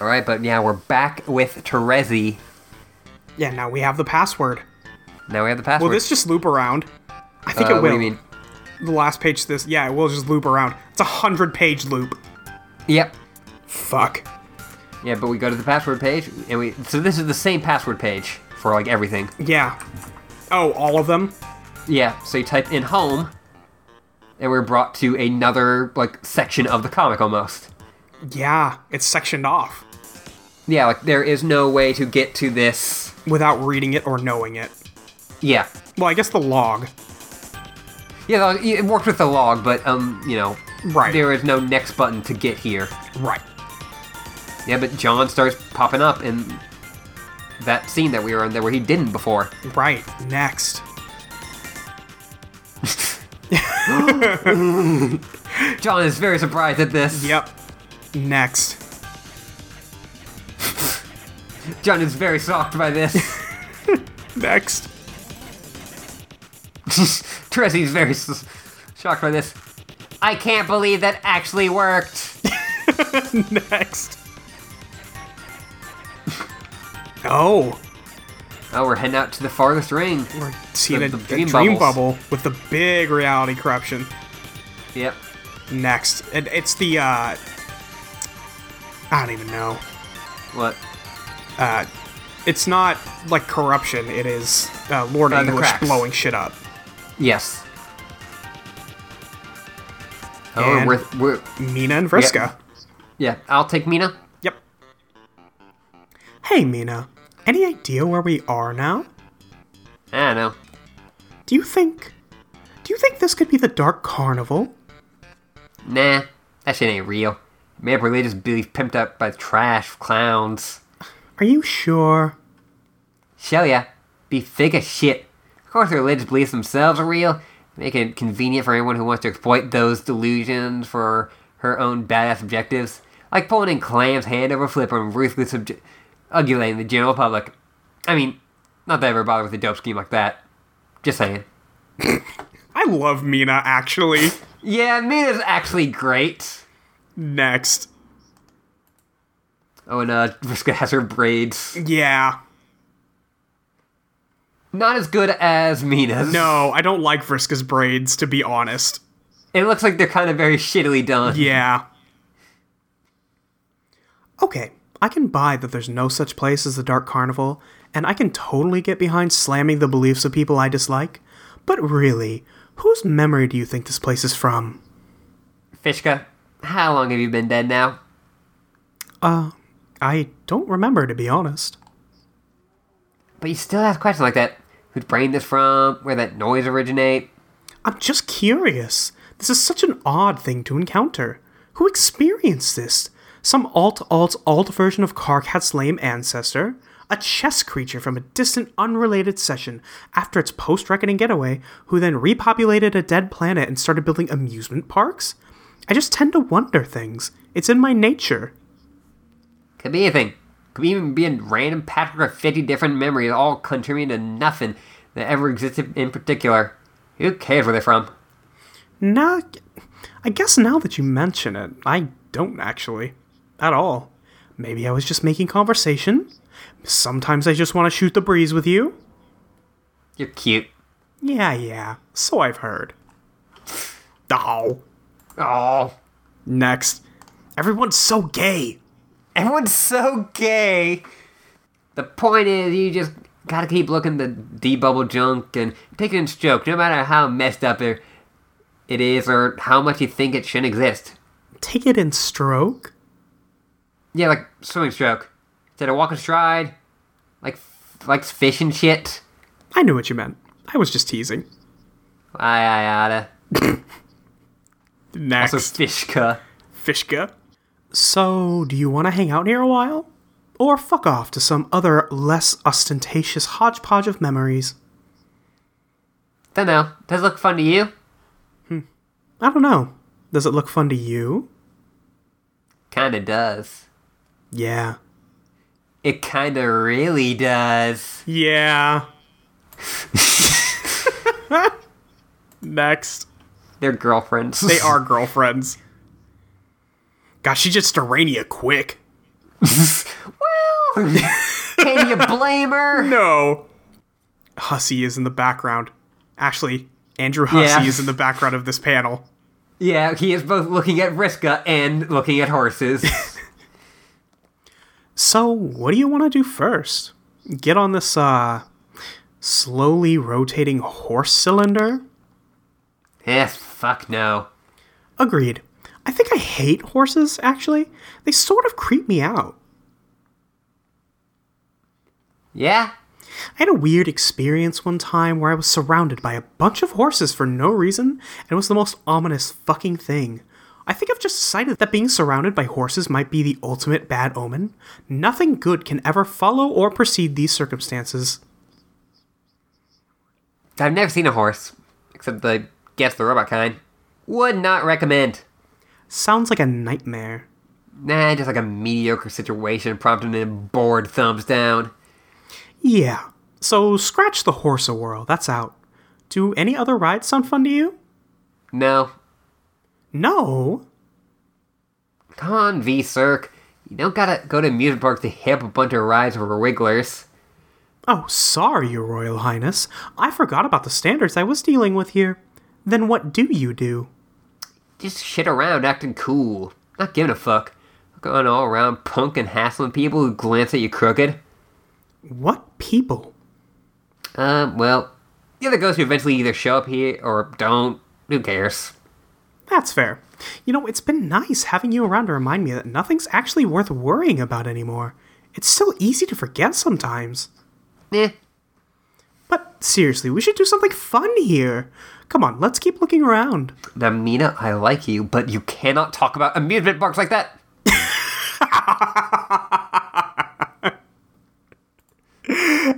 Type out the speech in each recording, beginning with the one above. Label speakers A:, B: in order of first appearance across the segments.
A: All right, but yeah, we're back with Terezi.
B: Yeah, now we have the password.
A: Now we have the password.
B: Will this just loop around? I think
A: Uh,
B: it will.
A: What do you mean?
B: The last page to this, yeah, it will just loop around. It's a hundred page loop.
A: Yep.
B: Fuck.
A: Yeah, but we go to the password page, and we so this is the same password page for like everything.
B: Yeah. Oh, all of them?
A: Yeah, so you type in home, and we're brought to another like section of the comic almost.
B: Yeah, it's sectioned off
A: Yeah, like there is no way to get to this.
B: without reading it or knowing it.
A: Yeah,
B: Well, I guess the log.
A: yeah, like, it worked with the log, but um, you know,
B: Right.
A: There is no next button to get here.
B: Right.
A: Yeah, but John starts popping up in that scene that we were on there where he didn't before.
B: Right. Next.
A: John is very surprised at this.
B: Yep. Next.
A: John is very shocked by this.
B: Next.
A: Tressie's very s- shocked by this. I can't believe that actually worked.
B: Next. Oh,
A: Oh, we're heading out to the farthest ring.
B: we're seeing
A: The-
B: a,
A: the
B: a
A: dream
B: dream,
A: bubbles.
B: bubble with the big reality corruption.
A: Yep.
B: Next. It, it's the, uh. I don't even know.
A: What?
B: It's not like corruption, it is uh, Lord
A: Uh, the
B: English
A: cracks.
B: blowing shit up.
A: Yes. Oh,
B: And-
A: we're, we're
B: Mina and Vriska.
A: yeah. I'll take Mina.
B: Yep. Hey, Mina. Any idea where we are now?
A: I don't know.
B: Do you think. Do you think this could be the Dark Carnival?
A: Nah, that shit ain't real. Man, religious belief pimped up by trash clowns.
B: Are you sure?
A: Shell ya, be thick as shit. Of course, the religious beliefs themselves are real, making it convenient for anyone who wants to exploit those delusions for her own badass objectives, like pulling in Clam's hand over flipper and ruthlessly subju- ugulating the general public. I mean, not that I ever bothered with a dope scheme like that. Just saying.
B: I love Mina, actually.
A: Yeah, Mina's actually great.
B: Next.
A: Oh, and uh, Vriska has her braids.
B: Yeah.
A: Not as good as Mina's.
B: No, I don't like Vriska's braids, to be honest.
A: It looks like they're kind of very shittily done.
B: Yeah. Okay, I can buy that there's no such place as the Dark Carnival, and I can totally get behind slamming the beliefs of people I dislike. But really, whose memory do you think this place is from?
A: Fishka, how long have you been dead now?
B: I don't remember, to be honest.
A: But you still ask questions like that. Whose brain this from? Where that noise originate?
B: I'm just curious. This is such an odd thing to encounter. Who experienced this? Some alt alt alt version of Karkat's lame ancestor? A chess creature from a distant, unrelated session after its post reckoning getaway, who then repopulated a dead planet and started building amusement parks? I just tend to wonder things. It's in my nature.
A: Could be anything. Could be even be a random patchwork of 50 different memories all contributing to nothing that ever existed in particular. Who cares where they're from?
B: Nah, I guess now that you mention it, I don't actually. At all. Maybe I was just making conversation. Sometimes I just want to shoot the breeze with you.
A: You're cute.
B: Yeah, yeah, so I've heard. Oh.
A: Oh,
B: Next. Everyone's so gay.
A: Everyone's so gay. The point is, you just gotta keep looking the D bubble junk and taking its joke, no matter how messed up it it is or how much you think it shouldn't exist.
B: Take it in stroke.
A: Yeah, like swimming stroke. Instead of walking stride, like like fish and shit.
B: I knew what you meant. I was just teasing.
A: I I oughta.
B: Next.
A: So fishka.
B: Fishka. So, do you want to hang out here a while? Or fuck off to some other less ostentatious hodgepodge of memories?
A: Don't know. Does it look fun to you?
B: I don't know. Does it look fun to you?
A: Kinda does.
B: Yeah.
A: It kinda really does.
B: Yeah. Next.
A: They're girlfriends.
B: They are girlfriends. Gosh, she just Urania quick.
A: well, can you blame her?
B: No. Hussey is in the background. Actually, Andrew Hussey
A: Yeah.
B: is in the background of this panel.
A: Yeah, he is both looking at Riska and looking at horses.
B: So, what do you want to do first? Get on this uh slowly rotating horse cylinder?
A: yes, fuck no.
B: Agreed. I think I hate horses actually. They sort of creep me out.
A: Yeah?
B: I had a weird experience one time where I was surrounded by a bunch of horses for no reason, and it was the most ominous fucking thing. I think I've just decided that being surrounded by horses might be the ultimate bad omen. Nothing good can ever follow or precede these circumstances.
A: I've never seen a horse, except I guess the robot kind. Would not recommend.
B: Sounds like a nightmare.
A: Nah, just like a mediocre situation prompting a bored thumbs down.
B: Yeah. So scratch the horse a whirl, that's out. Do any other rides sound fun to you?
A: No.
B: No.
A: Come on, V Cirque. You don't gotta go to amusement park to hip a bunch of rides for wigglers.
B: Oh, sorry, Your Royal Highness. I forgot about the standards I was dealing with here. Then what do you do?
A: Just shit around acting cool. Not giving a fuck. Going all around punk and hassling people who glance at you crooked.
B: What people?
A: Um, well, the other ghosts who eventually either show up here or don't. Who cares?
B: That's fair. You know, it's been nice having you around to remind me that nothing's actually worth worrying about anymore. It's still easy to forget sometimes.
A: Eh.
B: But seriously, we should do something fun here. Come on, let's keep looking around.
A: Namina, I like you, but you cannot talk about amusement parks like that.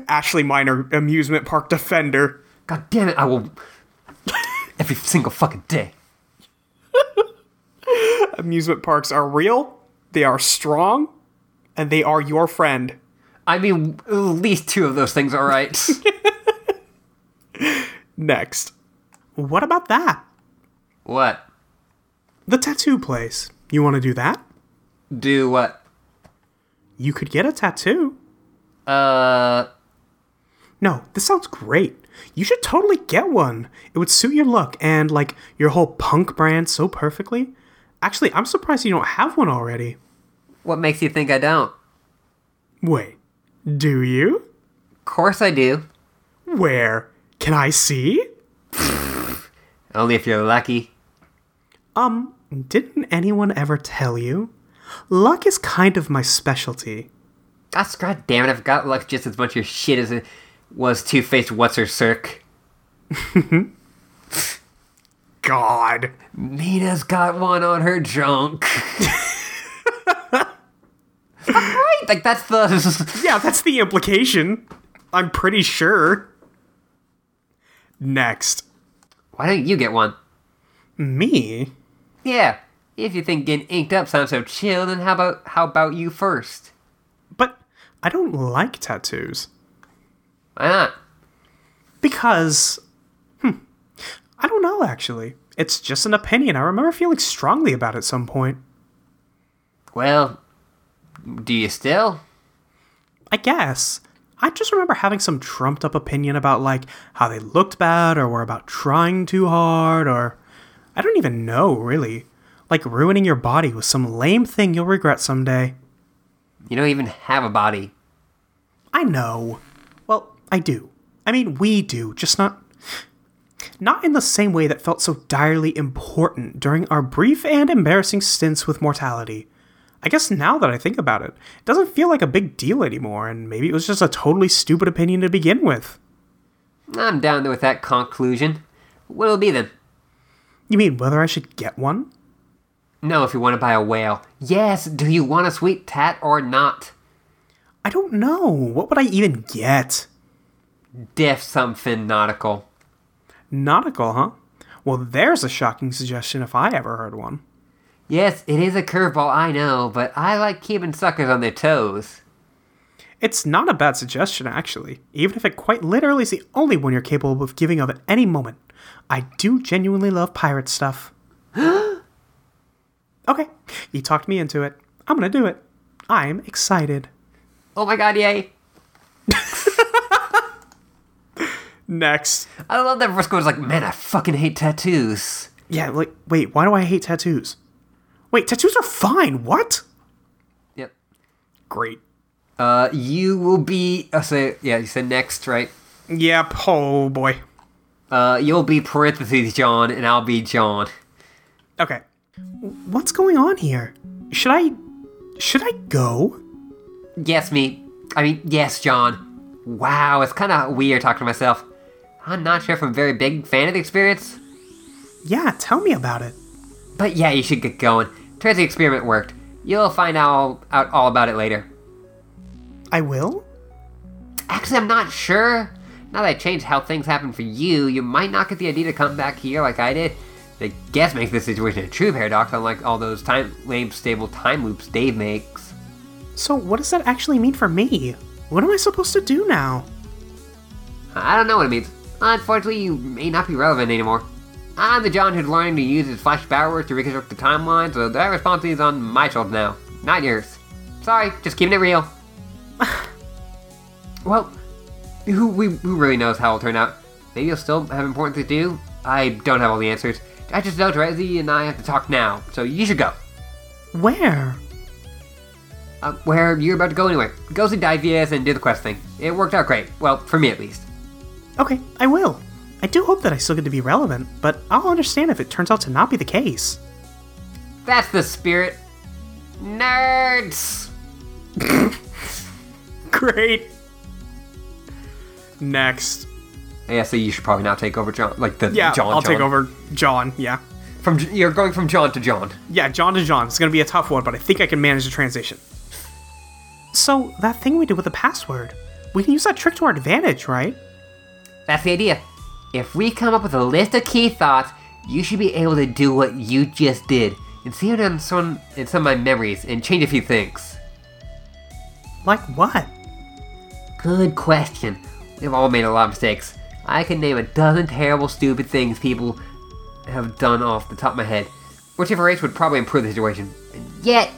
B: Ashley Minor, amusement park defender.
A: God damn it, I will. Every single fucking day.
B: Amusement parks are real, they are strong, and they are your friend.
A: I mean, at least two of those things, alright?
B: Next. What about that?
A: what?
B: The tattoo place. You want to do that?
A: Do what?
B: You could get a tattoo.
A: Uh.
B: No, this sounds great. You should totally get one. It would suit your look and like your whole punk brand so perfectly. Actually, I'm surprised you don't have one already.
A: What makes you think I don't?
B: Wait, do you?
A: Of course I do.
B: Where? Can I see?
A: Only if you're lucky.
B: Um, didn't anyone ever tell you? Luck is kind of my specialty.
A: Gosh, god damn it, I've got luck just as much of your shit as it was Two Faced What's Her Cirque.
B: God.
A: Mina's got one on her junk. right, like that's the.
B: Yeah, that's the implication. I'm pretty sure. Next.
A: Why don't you get one?
B: Me?
A: Yeah, if you think getting inked up sounds so chill, then how about how about you first?
B: But I don't like tattoos.
A: Why not?
B: Because, hmm, I don't know actually. It's just an opinion. I remember feeling strongly about it at some point.
A: Well, do you still?
B: I guess. I just remember having some trumped up opinion about like how they looked bad or were about trying too hard or I don't even know really. Like ruining your body with some lame thing you'll regret someday.
A: You don't even have a body.
B: I know. Well, I do. I mean, we do, just not. Not in the same way that felt so direly important during our brief and embarrassing stints with mortality. I guess now that I think about it, it doesn't feel like a big deal anymore, and maybe it was just a totally stupid opinion to begin with.
A: I'm down with that conclusion. What'll it be then?
B: You mean whether I should get one?
A: No, if you want to buy a whale. Yes, do you want a sweet tat or not?
B: I don't know. What would I even get?
A: Diff something nautical.
B: Nautical, huh? Well, there's a shocking suggestion if I ever heard one.
A: Yes, it is a curveball, I know, but I like keeping suckers on their toes.
B: It's not a bad suggestion, actually, even if it quite literally is the only one you're capable of giving of at any moment. I do genuinely love pirate stuff. okay, you talked me into it. I'm gonna do it. I'm excited.
A: Oh my god, yay!
B: Next.
A: I love that Briscoe was like, man, I fucking hate tattoos.
B: Yeah, like, wait, why do I hate tattoos? Wait, tattoos are fine. What?
A: Yep.
B: Great.
A: Uh, you will be. Uh, so yeah, you said next, right?
B: Yep. Oh, boy.
A: Uh, you'll be parentheses John, and I'll be John.
B: Okay. What's going on here? Should I. Should I go?
A: Yes, me. I mean, yes, John. Wow, it's kind of weird talking to myself. I'm not sure if I'm a very big fan of the experience,
B: Yeah, tell me about it.
A: but yeah, you should get going. Turns the experiment worked. You'll find out, out all about it later.
B: I will?
A: Actually, I'm not sure. Now that I changed how things happen for you, you might not get the idea to come back here like I did. I guess makes this situation a true paradox, unlike all those time lame stable time loops Dave makes.
B: So, what does that actually mean for me? What am I supposed to do now?
A: I don't know what it means. Unfortunately, you may not be relevant anymore. I'm the John who's learning to use his flash power to reconstruct the timeline, so that responsibility is on my shoulders now, not yours. Sorry, just keeping it real. well, who, we, who really knows how it'll turn out? Maybe you'll still have important things to do? I don't have all the answers. I just know Terezi and I have to talk now, so you should go.
B: Where?
A: Uh, where you're about to go anyway. Go see Divius and do the quest thing. It worked out great. Well, for me at least.
B: Okay, I will. I do hope that I still get to be relevant, but I'll understand if it turns out to not be the case.
A: That's the spirit. Nerds!
B: Great. Next.
A: Yeah, so you should probably now take over John. Like the
B: Yeah,
A: John.
B: I'll
A: John.
B: take over John. Yeah.
A: From J- you're going from John to John.
B: Yeah, John to John. It's going to be a tough one, but I think I can manage the transition. So, that thing we did with the password, we can use that trick to our advantage, right?
A: That's the idea. If we come up with a list of key thoughts, you should be able to do what you just did and see it in some in some of my memories and change a few things.
B: Like what?
A: Good question. We've all made a lot of mistakes. I can name a dozen terrible, stupid things people have done off the top of my head. Whichever race would probably improve the situation. And yet,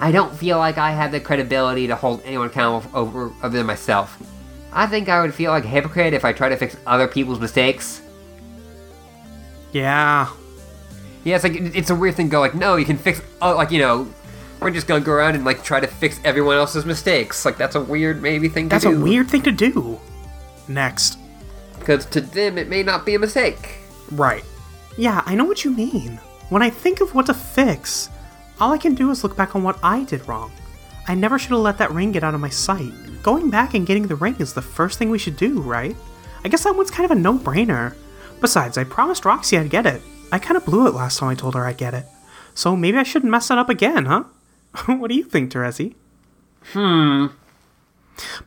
A: I don't feel like I have the credibility to hold anyone accountable over other than myself. I think I would feel like a hypocrite if I tried to fix other people's mistakes.
B: Yeah.
A: Yeah, it's like it- it's a weird thing. To go like, no, you can fix. Oh, like you know, we're just gonna go around and like try to fix everyone else's mistakes. Like that's a weird maybe thing to
B: That's
A: do.
B: a weird thing to do. Next.
A: Because to them, it may not be a mistake.
B: Right. Yeah, I know what you mean. When I think of what to fix, all I can do is look back on what I did wrong. I never should have let that ring get out of my sight. Going back and getting the ring is the first thing we should do, right? I guess that one's kind of a no brainer. Besides, I promised Roxy I'd get it. I kind of blew it last time I told her I'd get it. So maybe I shouldn't mess that up again, huh? what do you think, Terezi?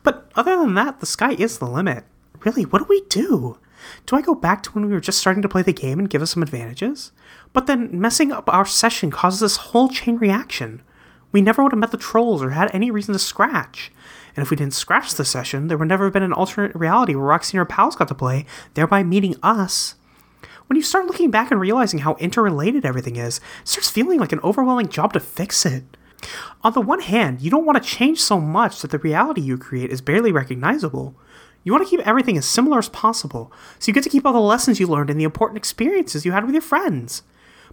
B: But other than that, the sky is the limit. Really, what do we do? Do I go back to when we were just starting to play the game and give us some advantages? But then messing up our session causes this whole chain reaction. We never would have met the trolls or had any reason to scratch. And if we didn't scratch the session, there would never have been an alternate reality where Roxy and her pals got to play, thereby meeting us. When you start looking back and realizing how interrelated everything is, it starts feeling like an overwhelming job to fix it. On the one hand, you don't want to change so much that the reality you create is barely recognizable. You want to keep everything as similar as possible, so you get to keep all the lessons you learned and the important experiences you had with your friends.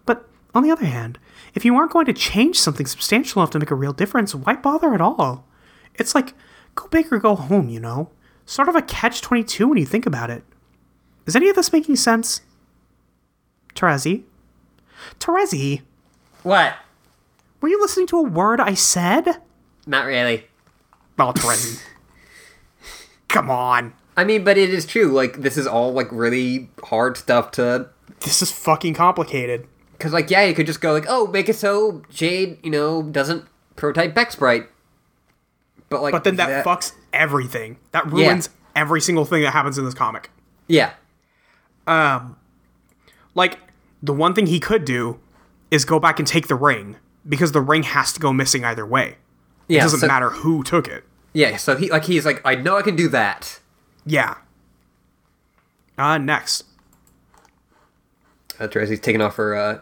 B: But on the other hand, if you aren't going to change something substantial enough to make a real difference, why bother at all? It's like go big or go home, you know? Sort of a catch 22 when you think about it. Is any of this making sense? Terezi? Terezi,
A: What?
B: were you listening to a word I said?
A: Not really.
B: Well, Terezi. Come on.
A: I mean, but it is true. Like, this is all like really hard stuff to.
B: This is fucking complicated.
A: Cause like, yeah, you could just go like, oh, make it so Jade, you know, doesn't prototype Beck Sprite. But like,
B: But then that, fucks everything. That ruins every single thing that happens in this comic.
A: Yeah.
B: Like, the one thing he could do is go back and take the ring, because the ring has to go missing either way.
A: Yeah.
B: It doesn't
A: so-
B: matter who took it.
A: Yeah. So he like he's like, I know I can do that.
B: Yeah. Uh, next.
A: Uh, Tracy's taking off her uh,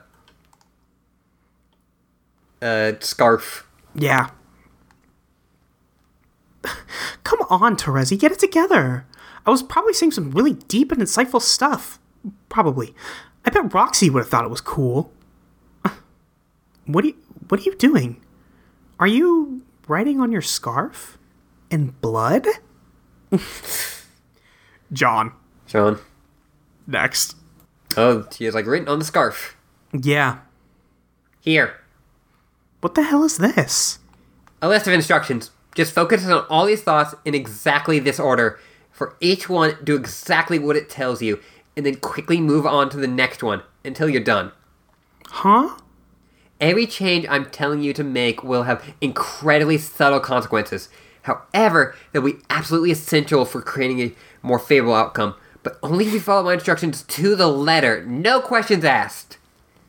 A: uh scarf.
B: Yeah. Come on, Terezi, get it together. I was probably saying some really deep and insightful stuff. Probably. I bet Roxy would have thought it was cool. What are you, what are you doing? Are you writing on your scarf? In blood? John,
A: Sean.
B: next.
A: Oh, she has like written on the scarf.
B: Yeah.
A: Here,
B: What the hell is this?
A: a list of instructions. Just focus on all these thoughts in exactly this order. For each one, do exactly what it tells you, and then quickly move on to the next one until you're done.
B: Huh?
A: Every change I'm telling you to make will have incredibly subtle consequences. However, they'll be absolutely essential for creating a more favorable outcome. But only if you follow my instructions to the letter. No questions asked.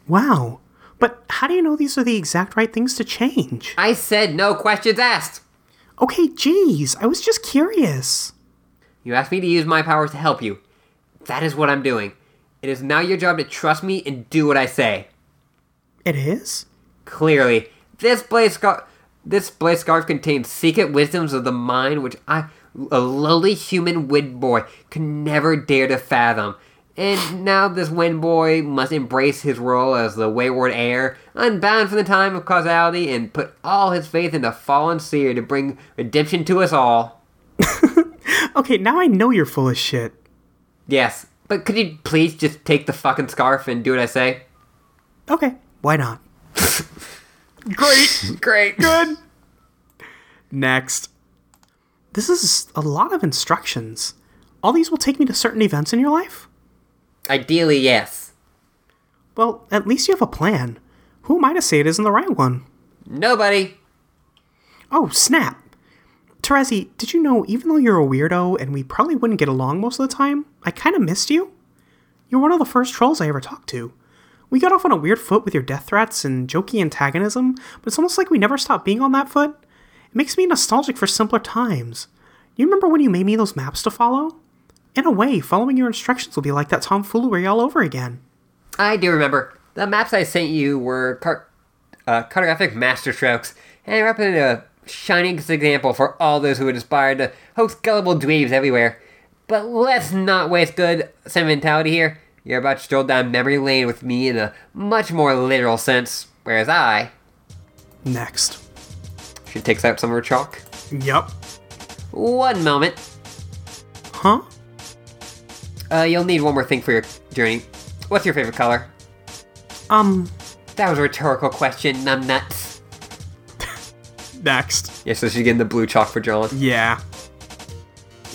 B: Wow. But how do you know these are the exact right things to change?
A: I said no questions asked.
B: Okay, geez, I was just curious.
A: You asked me to use my powers to help you. That is what I'm doing. It is now your job to trust me and do what I say.
B: It is?
A: Clearly, this blade scarf, this blade scarf contains secret wisdoms of the mind which I, a lowly human wind boy, could never dare to fathom. And now this wind boy must embrace his role as the wayward heir, unbound from the time of causality, and put all his faith in the fallen seer to bring redemption to us all.
B: Okay, now I know you're full of shit.
A: Yes, but could you please just take the fucking scarf and do what I say?
B: Okay, why not? Great,
A: Great.
B: good. Next. This is a lot of instructions. All these will take me to certain events in your life?
A: Ideally, yes.
B: Well, at least you have a plan. Who am I to say it isn't the right one?
A: Nobody.
B: Oh, snap! Terezi, did you know even though you're a weirdo and we probably wouldn't get along most of the time, I kinda missed you? You're one of the first trolls I ever talked to. We got off on a weird foot with your death threats and jokey antagonism, but it's almost like we never stopped being on that foot. It makes me nostalgic for simpler times. You remember when you made me those maps to follow? In a way, following your instructions will be like that tomfoolery all over again.
A: I do remember. The maps I sent you were car- uh, cartographic masterstrokes, and represented a shining example for all those who were inspired to host gullible dweebs everywhere. But let's not waste good sentimentality here. You're about to stroll down memory lane with me in a much more literal sense, whereas I
B: Next.
A: she takes out some of her chalk.
B: Yep.
A: One moment.
B: Huh?
A: Uh, you'll need one more thing for your journey. What's your favorite color?
B: Um,
A: That was a rhetorical question, numbnuts.
B: next.
A: Yeah, so she's getting the blue chalk for John.
B: Yeah.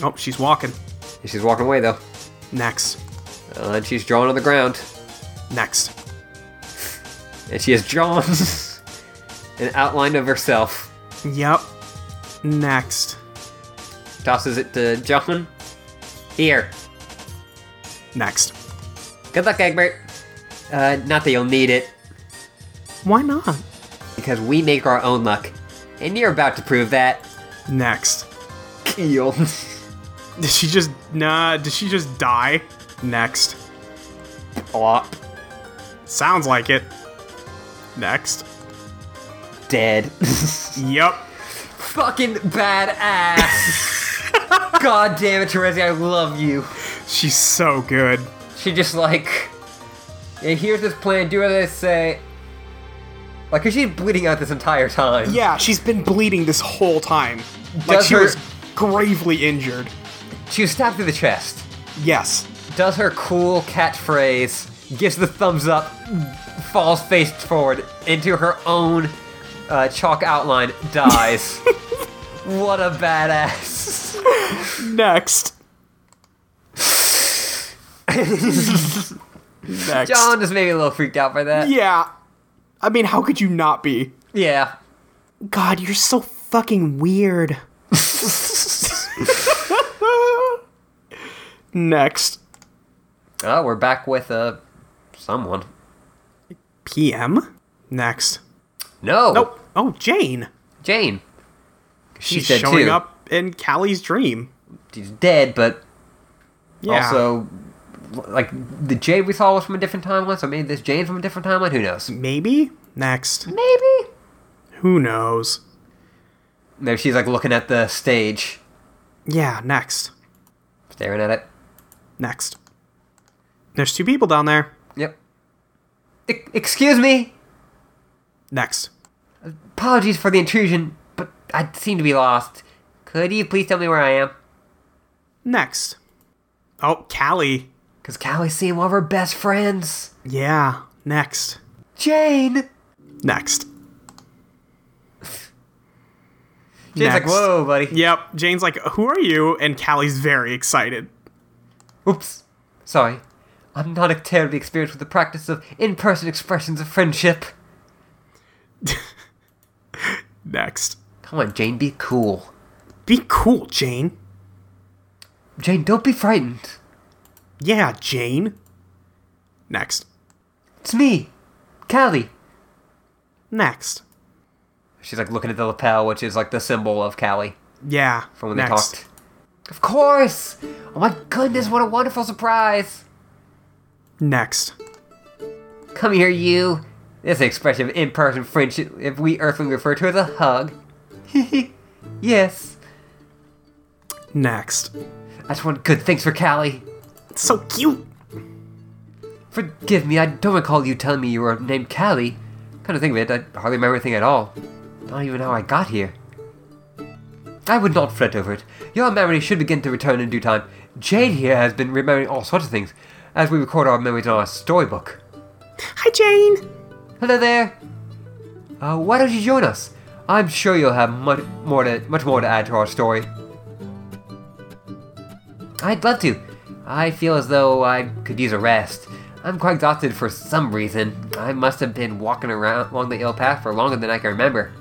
B: Oh, she's walking.
A: She's walking away though.
B: Next.
A: Uh, and she's drawn on the ground.
B: Next.
A: And she has drawn an outline of herself.
B: Yep. Next.
A: Tosses it to John. Here.
B: Next.
A: Good luck, Egbert. Uh, not that you'll need it,
B: Why not?
A: because we make our own luck. And you're about to prove that.
B: Next.
A: Keel.
B: Did she just nah? Did she just die? Next.
A: Plop.
B: Sounds like it. Next.
A: Dead.
B: Yep.
A: Fucking badass. God damn it, Terezi, I love you.
B: She's so good.
A: She just like, yeah, here's this plan, do what I say. Like, 'cause she's bleeding out this entire time.
B: Yeah, she's been bleeding this whole time. Like
A: Does
B: she
A: her-
B: was gravely injured.
A: She was stabbed through the chest.
B: Yes.
A: does her cool catchphrase, gives the thumbs up, falls face forward into her own uh, chalk outline, dies. what a badass.
B: Next. Next.
A: John is maybe a little freaked out by that.
B: Yeah. I mean, how could you not be?
A: Yeah.
B: God, you're so fucking weird. Next.
A: Oh, we're back with uh, someone.
B: PM? Next.
A: No.
B: Oh, oh Jane.
A: Jane.
B: She's
A: dead
B: showing
A: too.
B: up in Callie's dream.
A: She's dead, but
B: Yeah.
A: also, like, the Jade we saw was from a different timeline, so maybe this Jane's from a different timeline. Who knows?
B: Maybe? Next.
A: Maybe.
B: Who knows?
A: No, she's like looking at the stage,
B: Yeah, next.
A: staring at it.
B: Next. There's two people down there.
A: Yep. E- excuse me.
B: Next.
A: Apologies for the intrusion, but I seem to be lost. Could you please tell me where I am?
B: Next. Oh, Callie.
A: Cause Callie's seeing one of her best friends,
B: Yeah, next.
A: Jane.
B: Next.
A: Jane's like,
B: Next.
A: whoa, buddy.
B: Yep, Jane's like, Who are you? And Callie's very excited.
A: Oops. Sorry. I'm not terribly experienced with the practice of in-person expressions of friendship.
B: Next.
A: Come on, Jane, be cool.
B: Be cool, Jane.
A: Jane, don't be frightened.
B: Yeah, Jane. Next.
A: It's me, Callie.
B: Next.
A: She's like looking at the lapel, which is like the symbol of Callie
B: Yeah.
A: from when
B: next.
A: they talked. Of course! Oh my goodness, what a wonderful surprise!
B: Next.
A: Come here, you. This expression of in-person friendship, if we Earthling refer to as a hug. yes.
B: Next.
A: That's one good thanks for Callie.
B: So cute.
A: Forgive me, I don't recall you telling me you were named Callie. Kind of think of it, I hardly remember anything at all. Not even how I got here. I would not fret over it. Your memory should begin to return in due time. Jade here has been remembering all sorts of things as we record our memories in our storybook.
B: Hi, Jane.
A: Hello there. Uh, why don't you join us? I'm sure you'll have much more to much more to add to our story. I'd love to. I feel as though I could use a rest. I'm quite exhausted for some reason. I must have been walking around along the ill path for longer than I can remember.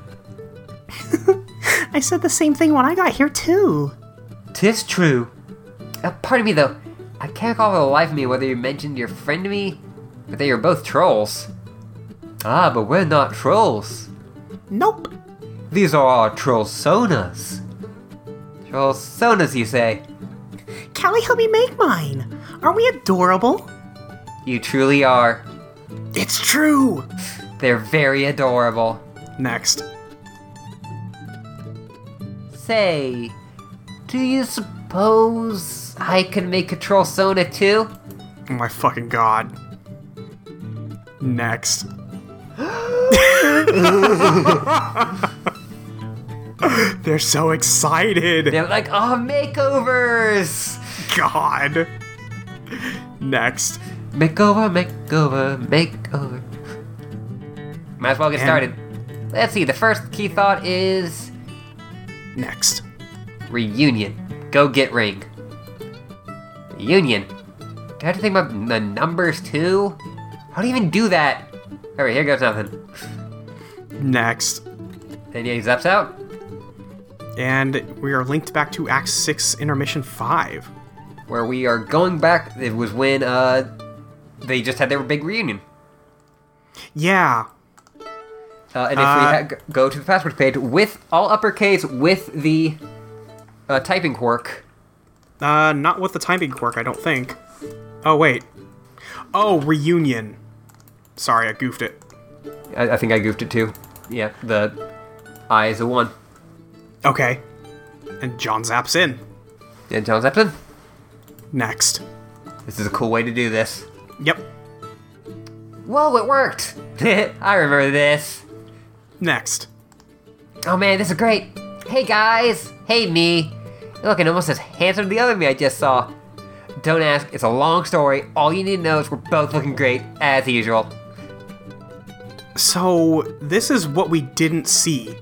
B: I said the same thing when I got here, too.
A: Tis true. Uh, pardon me though. I can't recall for the life of me whether you mentioned your friend to me, but they are both trolls. Ah, but we're not trolls.
B: Nope.
A: These are our Trollsonas. Trollsonas, you say?
B: Callie helped me make mine. Aren't we adorable?
A: You truly are.
B: It's true.
A: They're very adorable.
B: Next.
A: Say, do you suppose I can make a Trollsona too?
B: Oh my fucking god. Next. They're so excited.
A: They're like, oh, makeovers!
B: God. Next.
A: Makeover, makeover, makeover. Might as well get
B: And-
A: started. Let's see, the first key thought is
B: Next.
A: Reunion. Go get ring. Reunion. Do I have to think about the numbers too? How do you even do that? Alright, here goes nothing.
B: Next.
A: Then yeah, he zaps out.
B: And we are linked back to Act 6, Intermission 5.
A: Where we are going back, it was when uh they just had their big reunion.
B: Yeah.
A: Uh, and if
B: Uh,
A: we ha- g- go to the password page with all uppercase with the uh, typing quirk,
B: Uh, not with the timing quirk, I don't think. Oh, wait. Oh, reunion. Sorry, I goofed it.
A: I, I think I goofed it too. Yeah, the I is a one.
B: Okay. And John zaps in.
A: And John Zepson,
B: Next.
A: this is a cool way to do this.
B: Yep.
A: Whoa, it worked! I remember this.
B: Next.
A: Oh man, this is great. Hey guys, hey me. Look, and almost as handsome as the other me I just saw. Don't ask, it's a long story. All you need to know is we're both looking great, as usual.
B: So, this is what we didn't see.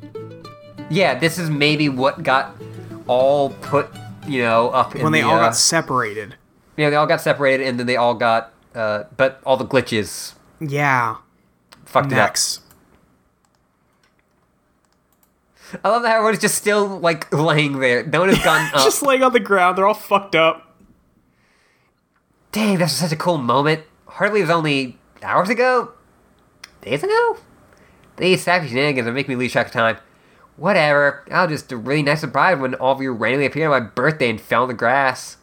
A: Yeah, this is maybe what got all put, you know, up in
B: When they
A: the,
B: all
A: uh,
B: got separated.
A: you know, they all got separated and then they all got, uh, but all the glitches
B: Yeah.
A: fucked
B: Next.
A: it up. I love that everyone's just still, like, laying there. No one has gone up.
B: Just laying on the ground, they're all fucked up.
A: Dang, this was such a cool moment. Hardly was only hours ago? Days ago? These savage shenanigans are making me lose track of time. Whatever. I'll just a really nice surprise when all of you randomly appeared on my birthday and fell in the grass.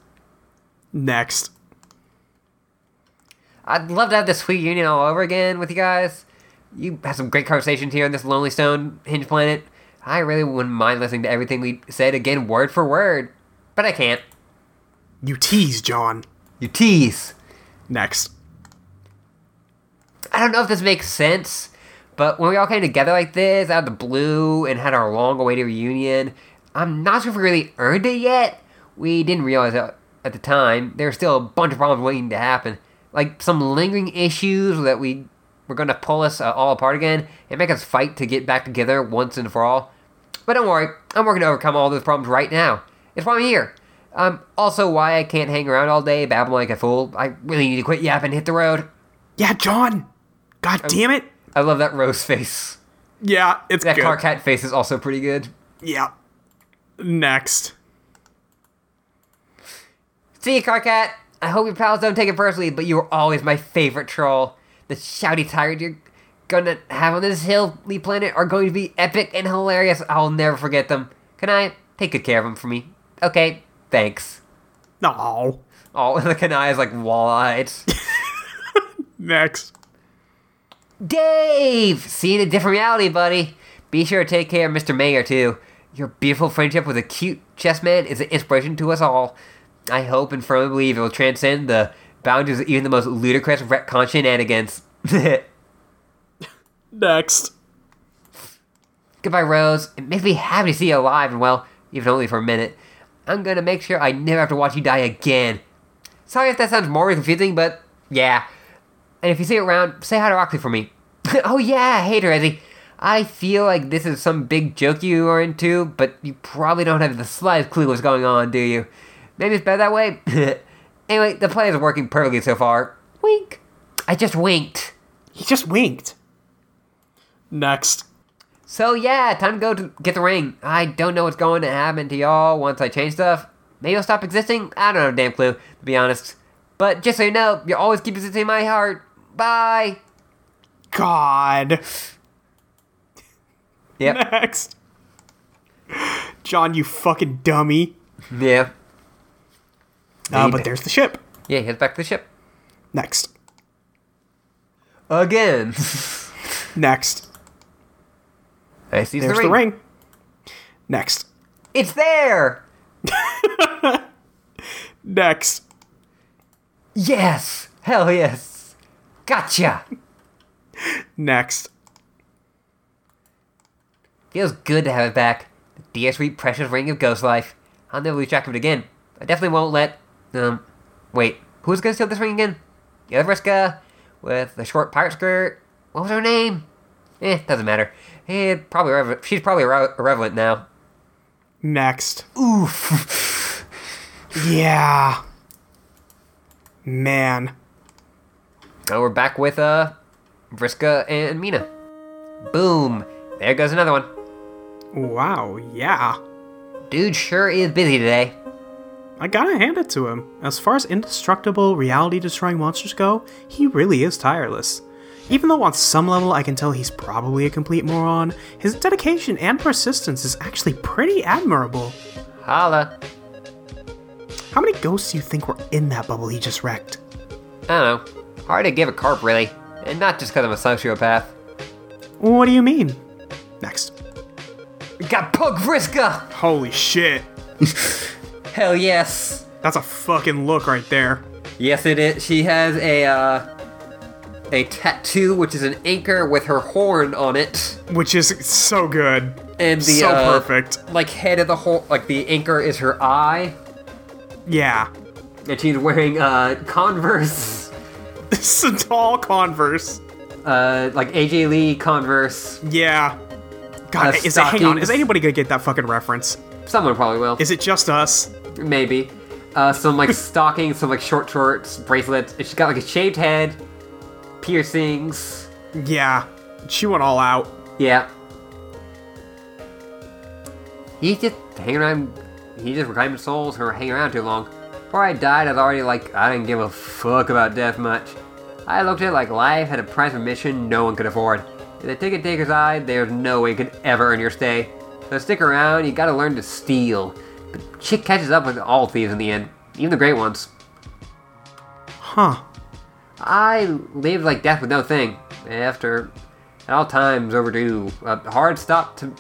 B: Next.
A: I'd love to have this sweet union all over again with you guys. You had some great conversations here on this Lonely Stone Hinge Planet. I really wouldn't mind listening to everything we said again, word for word, but I can't.
B: You tease, John.
A: You tease.
B: Next.
A: I don't know if this makes sense, but when we all came together like this, out of the blue, and had our long awaited reunion, I'm not sure if we really earned it yet. We didn't realize it at the time. There were still a bunch of problems waiting to happen. Like some lingering issues that we were going to pull us uh, all apart again and make us fight to get back together once and for all. But don't worry, I'm working to overcome all those problems right now. It's why I'm here. Um, also, why I can't hang around all day babbling like a fool. I really need to quit yapping and hit the road.
B: Yeah, John. God damn it.
A: I love that rose face.
B: Yeah, it's
A: That
B: good.
A: car cat face is also pretty good.
B: Yeah. Next.
A: See you, Carcat. I hope your pals don't take it personally, but you were always my favorite troll. The shouty tirade you're gonna have on this hilly planet are going to be epic and hilarious. I'll never forget them. Can I take good care of them for me? Okay, thanks.
B: No.
A: Oh, the Kanai is like wall-eyed.
B: Next.
A: Dave! See you in a different reality, buddy. Be sure to take care of Mr. Mayor, too. Your beautiful friendship with a cute chessman is an inspiration to us all. I hope and firmly believe it will transcend the boundaries of even the most ludicrous retcon shenanigans.
B: Next.
A: Goodbye, Rose. It makes me happy to see you alive and well, even only for a minute. I'm gonna make sure I never have to watch you die again. Sorry if that sounds more confusing, but yeah. And if you see her around, say hi to Roxy for me. oh yeah, hey Terezi. I feel like this is some big joke you are into, but you probably don't have the slightest clue what's going on, do you? Maybe it's better that way? anyway, the plan is working perfectly so far. Wink. I just winked.
B: He just winked. Next.
A: So yeah, time to go to get the ring. I don't know what's going to happen to y'all once I change stuff. Maybe I'll stop existing. I don't have a damn clue, to be honest. But just so you know, you always keep existing in my heart. Bye.
B: God.
A: Yep.
B: Next. John, you fucking dummy.
A: yeah.
B: Uh,
A: Maybe.
B: but there's the ship.
A: Yeah. Heads back to the ship
B: Next.
A: again.
B: Next.
A: I see
B: There's
A: the, ring.
B: Next.
A: It's there.
B: Next.
A: Yes. Hell yes. Gotcha.
B: Next.
A: Feels good to have it back. The DS Reap precious ring of ghost life. I'll never lose track of it again. I definitely won't let. Um, wait, who's gonna steal this ring again? The other Vriska with the short pirate skirt. What was her name? Eh, doesn't matter. Eh, probably irrelevant. She's probably irre- irrelevant now.
B: Next.
A: Oof.
B: Yeah. Man.
A: Oh, we're back with uh, Vriska and Mina. Boom. There goes another one.
B: Wow, yeah.
A: Dude sure is busy today.
B: I gotta hand it to him. As far as indestructible, reality destroying monsters go, he really is tireless. Even though on some level I can tell he's probably a complete moron, his dedication and persistence is actually pretty admirable.
A: Holla.
B: How many ghosts do you think were in that bubble he just wrecked?
A: I don't know. Hard to give a carp, really. And not just because I'm a sociopath.
B: What do you mean? Next.
A: We got Pug Vriska!
B: Holy shit.
A: Hell yes!
B: That's a fucking look right there.
A: Yes, it is. She has a, uh, a tattoo, which is an anchor with her horn on it.
B: Which is so good.
A: And the,
B: so
A: uh,
B: perfect.
A: like, head of the horn, like, the anchor is her eye.
B: Yeah.
A: And she's wearing, uh, Converse.
B: This is a tall converse.
A: Uh, like, AJ Lee Converse.
B: Yeah. God,
A: Uh,
B: is that, hang on,
A: stockings.
B: is anybody gonna get that fucking reference?
A: Someone probably will.
B: Is it just us?
A: Maybe. Uh, some like stockings, some like short shorts, bracelets. And she's got like a shaved head, piercings.
B: Yeah. She went all out.
A: Yeah. He just hanging around. He just reclaimed souls who were hanging around too long. Before I died, I was already like, I didn't give a fuck about death much. I looked at it like life had a price of admission no one could afford. In the ticket taker's eye, there's no way you could ever earn your stay. So stick around, you gotta learn to steal. But shit catches up with all thieves in the end, even the great ones.
B: Huh.
A: I lived like death with no thing. After, at all times overdue, a hard stop to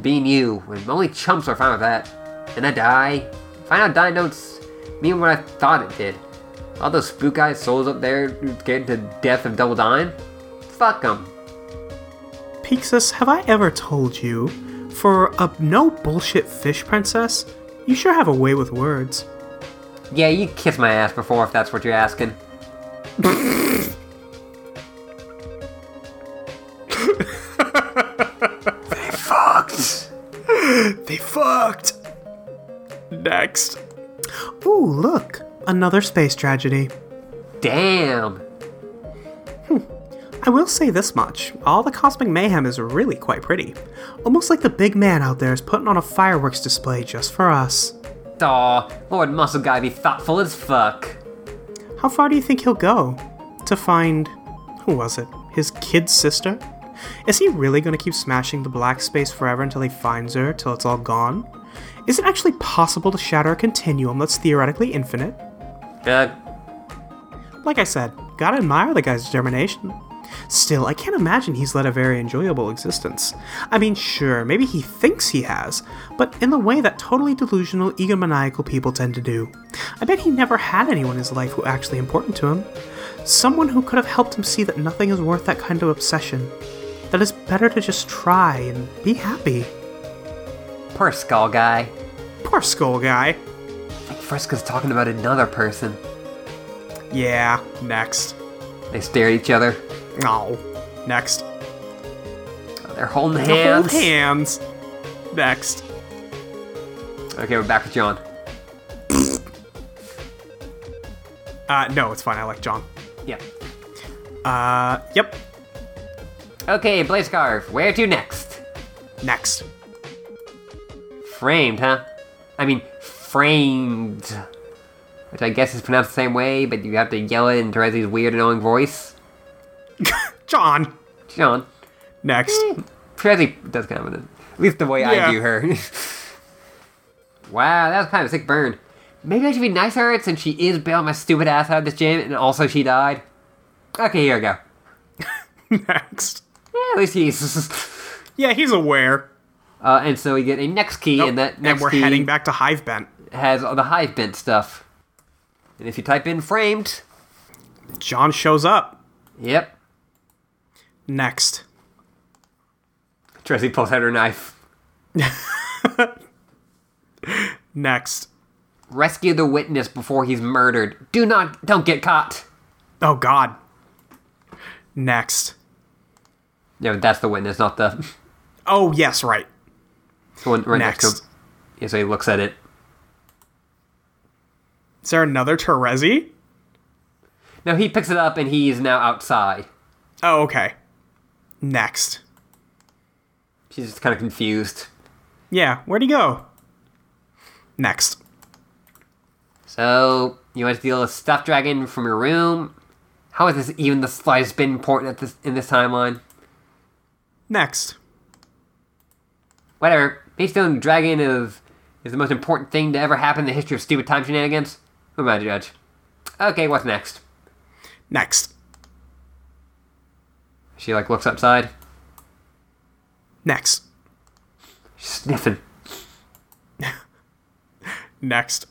A: being you, and my only chumps are fine with that. And I die. Find out die notes mean what I thought it did. All those spook eyed souls up there getting to death of double dime? Fuck 'em.
B: Pixus, have I ever told you, for a no bullshit fish princess, you sure have a way with words.
A: Yeah, you kissed my ass before if that's what you're asking. they fucked.
B: They fucked! Next. Ooh, look, another space tragedy.
A: Damn.
B: I will say this much all the cosmic mayhem is really quite pretty. Almost like the big man out there is putting on a fireworks display just for us.
A: Aw, Lord Muscle Guy be thoughtful as fuck.
B: How far do you think he'll go? To find. who was it? His kid sister? Is he really gonna keep smashing the black space forever until he finds her, till it's all gone? Is it actually possible to shatter a continuum that's theoretically infinite?
A: Uh,
B: Like I said, gotta admire the guy's determination. Still, I can't imagine he's led a very enjoyable existence. I mean, sure, maybe he thinks he has, but in the way that totally delusional, egomaniacal people tend to do. I bet he never had anyone in his life who actually important to him. Someone who could have helped him see that nothing is worth that kind of obsession. That it's better to just try and be happy.
A: poor Skull Guy.
B: Poor Skull Guy.
A: Fresca's talking about another person.
B: Yeah, next.
A: They stare at each other.
B: No. Next.
A: They're holding
B: Hold
A: hands.
B: hands. Next.
A: Okay, we're back with John.
B: Uh, no, it's fine. I like John.
A: Yeah.
B: Uh, yep.
A: Okay, Blaze Scarf, where to next?
B: Next.
A: Framed, huh? I mean, framed. Which I guess is pronounced the same way, but you have to yell it in Terezi's weird, annoying voice.
B: John.
A: John.
B: Next.
A: Trezzy does kind of, at least the way
B: Yeah.
A: I view her. wow, that was kind of a sick burn. Maybe I should be nicer to her since she is bailing my stupid ass out of this gym and also she died. Okay, here we go. Hmm.
B: Next.
A: Yeah, at least he's.
B: Yeah, he's aware.
A: uh, and so we get a next key,
B: Nope.
A: and that next
B: and we're
A: key
B: heading back to Hive Bent.
A: has all the hive bent stuff. And if you type in framed,
B: John shows up.
A: yep,
B: Next.
A: Trezzy pulls out her knife.
B: Next.
A: Rescue the witness before he's murdered. Do not, don't get caught.
B: Oh, God. Next.
A: No, that's the witness, not the,
B: Oh, yes, right.
A: the one right next. to
B: Next.
A: him. Yeah, so he looks at it.
B: Is there another Terezi?
A: No, he picks it up and he is now outside.
B: Oh, okay. Next.
A: She's just kind of confused.
B: Yeah, where'd he go? Next.
A: So, you want to steal a stuffed dragon from your room? How is this even the slightest bit important at this, in this timeline?
B: Next.
A: Whatever. Beastone Dragon is, is the most important thing to ever happen in the history of stupid time shenanigans. Who am I to judge? Okay, what's next?
B: Next.
A: She, like, looks outside.
B: Next.
A: She's sniffing.
B: Next.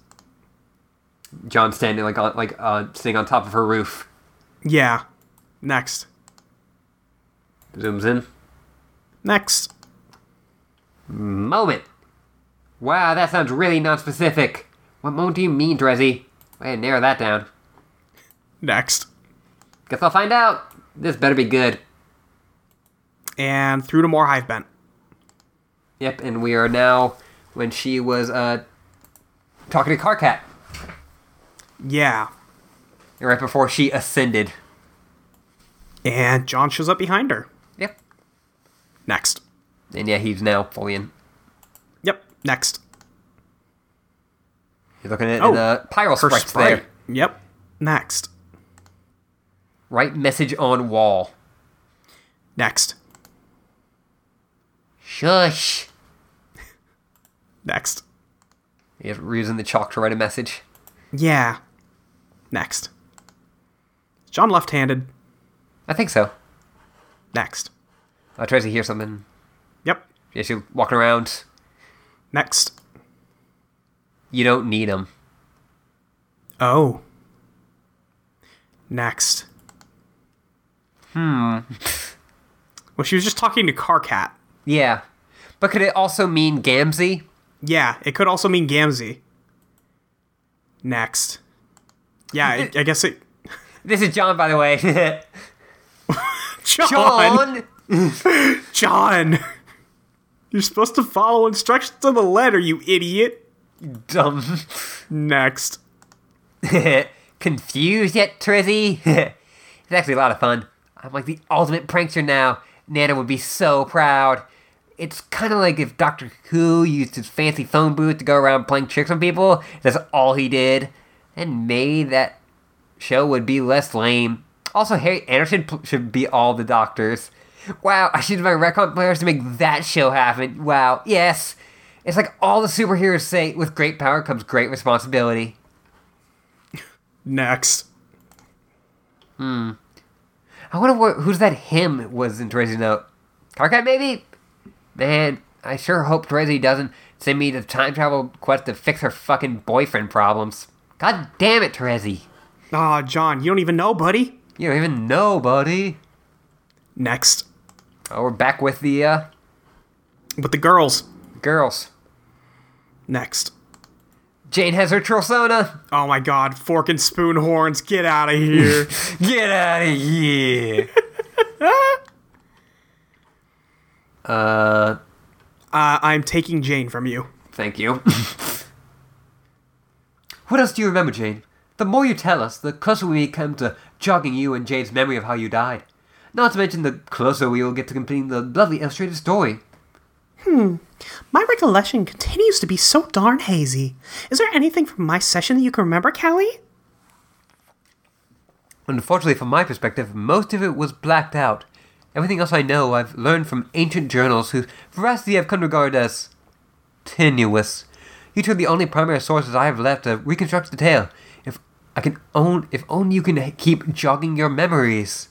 A: John's standing, like, on, like uh, sitting on top of her roof.
B: Yeah. Next.
A: Zooms in.
B: Next.
A: Moment. Wow, that sounds really non-specific. What moment do you mean, Drezzy? Way to narrow that down.
B: Next.
A: Guess I'll find out. This better be good.
B: And through to more hive bent.
A: Yep, and we are now when she was uh talking to Carcat,
B: Yeah.
A: and right before she ascended.
B: And John shows up behind her.
A: Yep.
B: Next.
A: And yeah, he's now fully in.
B: Yep. Next.
A: You're looking at
B: Oh,
A: the pyro
B: Her
A: sprites
B: sprite.
A: there.
B: Yep. Next.
A: Right message on wall.
B: Next.
A: Shush.
B: Next.
A: He's using the chalk to write a message.
B: Yeah. Next. John left handed.
A: I think so.
B: Next.
A: I tries to hear something.
B: Yep.
A: She Yeah, she's walking around.
B: Next.
A: You don't need them.
B: Oh. Next. Hmm.
A: Hmm.
B: Well, she was just talking to Carcat.
A: Yeah. But could it also mean Gamzee?
B: Yeah, it could also mean Gamzee. Next. Yeah, I, I guess it.
A: This is John, by the way.
B: John!
A: John!
B: John! You're supposed to follow instructions to the letter, you idiot!
A: Dumb.
B: Next.
A: Confused yet, Trizzy? it's actually a lot of fun. I'm like the ultimate prankster now. Nana would be so proud. It's kind of like if Doctor Who used his fancy phone booth to go around playing tricks on people. That's all he did. And maybe that show would be less lame. Also, Harry Anderson pl- should be all the doctors. Wow, I should have my record players to make that show happen. Wow, yes. It's like all the superheroes say with great power comes great responsibility.
B: Next.
A: I wonder what, who's that him was in Drizzy Note. Carcat, maybe? Man, I sure hope Drizzy doesn't send me the time travel quest to fix her fucking boyfriend problems. God damn it, Drizzy.
B: Ah, John, you don't even know, buddy.
A: You don't even know, buddy.
B: Next.
A: Oh, we're back with the uh,
B: But the girls.
A: girls.
B: Next.
A: Jane has her Trelsona.
B: Oh my god, fork and spoon horns, get out of here.
A: Get out of here. uh,
B: uh, I'm taking Jane from you.
A: thank you. what else do you remember, Jane? The more you tell us, the closer we come to jogging you and Jane's memory of how you died. Not to mention the closer we will get to completing the lovely illustrated story.
B: My recollection continues to be so darn hazy. Is there anything from my session that you can remember, Callie?
A: Unfortunately, from my perspective, most of it was blacked out. Everything else I know, I've learned from ancient journals whose veracity I've come to regard as tenuous. You two are the only primary sources I have left to reconstruct the tale. If I can own, if only you can keep jogging your memories.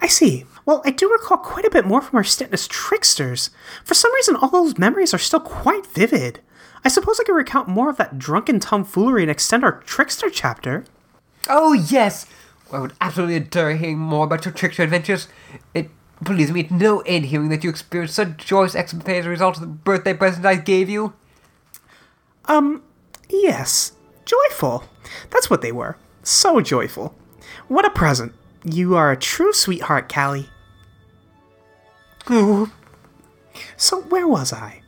B: I see. Well, I do recall quite a bit more from our stint as tricksters. For some reason, all those memories are still quite vivid. I suppose I could recount more of that drunken tomfoolery and extend our trickster chapter.
A: Oh yes, I would absolutely adore hearing more about your trickster adventures. It pleases me to no end hearing that you experienced such joyous exultation as a result of the birthday present I gave you.
B: Yes, joyful. That's what they were. So joyful. What a present. You are a true sweetheart, Callie. So, where was I?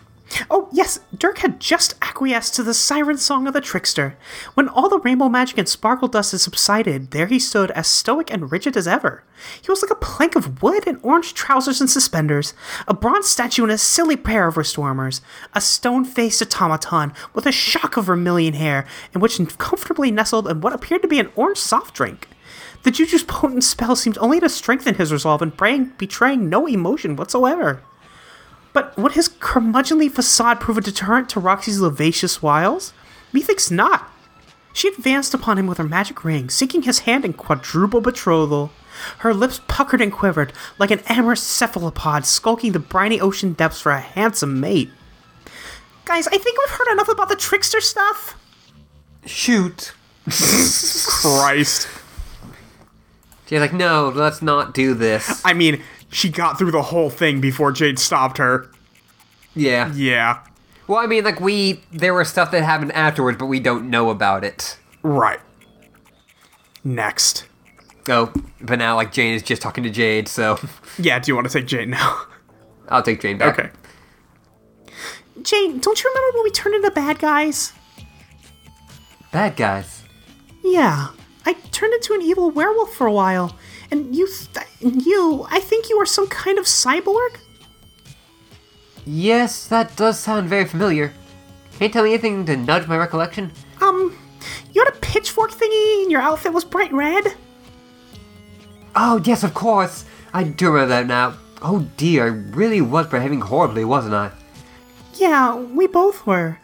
B: Oh, yes, Dirk had just acquiesced to the siren song of the trickster. When all the rainbow magic and sparkle dust had subsided, there he stood as stoic and rigid as ever. He was like a plank of wood in orange trousers and suspenders, a bronze statue in a silly pair of restormers, a stone faced automaton with a shock of vermilion hair, in which comfortably nestled in what appeared to be an orange soft drink. The Juju's potent spell seemed only to strengthen his resolve and brang- betraying no emotion whatsoever. But would his curmudgeonly facade prove a deterrent to Roxy's levacious wiles? Methinks not. She advanced upon him with her magic ring, seeking his hand in quadruple betrothal. Her lips puckered and quivered, like an amorous cephalopod skulking the briny ocean depths for a handsome mate. Guys, I think we've heard enough about the trickster stuff.
A: Shoot.
B: Christ.
A: She's like, no, let's not do this.
B: I mean, she got through the whole thing before Jade stopped her.
A: Yeah.
B: Yeah.
A: Well, I mean, like we, there was stuff that happened afterwards, but we don't know about it.
B: Right. Next.
A: Oh, but now like Jane is just talking to Jade, so
B: Yeah, do you want to take Jade now?
A: I'll take Jane back.
B: Jane, don't you remember when we turned into bad guys?
A: Bad guys.
B: Yeah. I turned into an evil werewolf for a while. And you, th- and you, I think you are some kind of cyborg?
A: Yes, that does sound very familiar. Can't tell me anything to nudge my recollection.
B: Um, you had a pitchfork thingy and your outfit was bright red?
A: Oh, yes, of course. I do remember that now. Oh dear, I really was behaving horribly, wasn't I?
B: Yeah, we both were.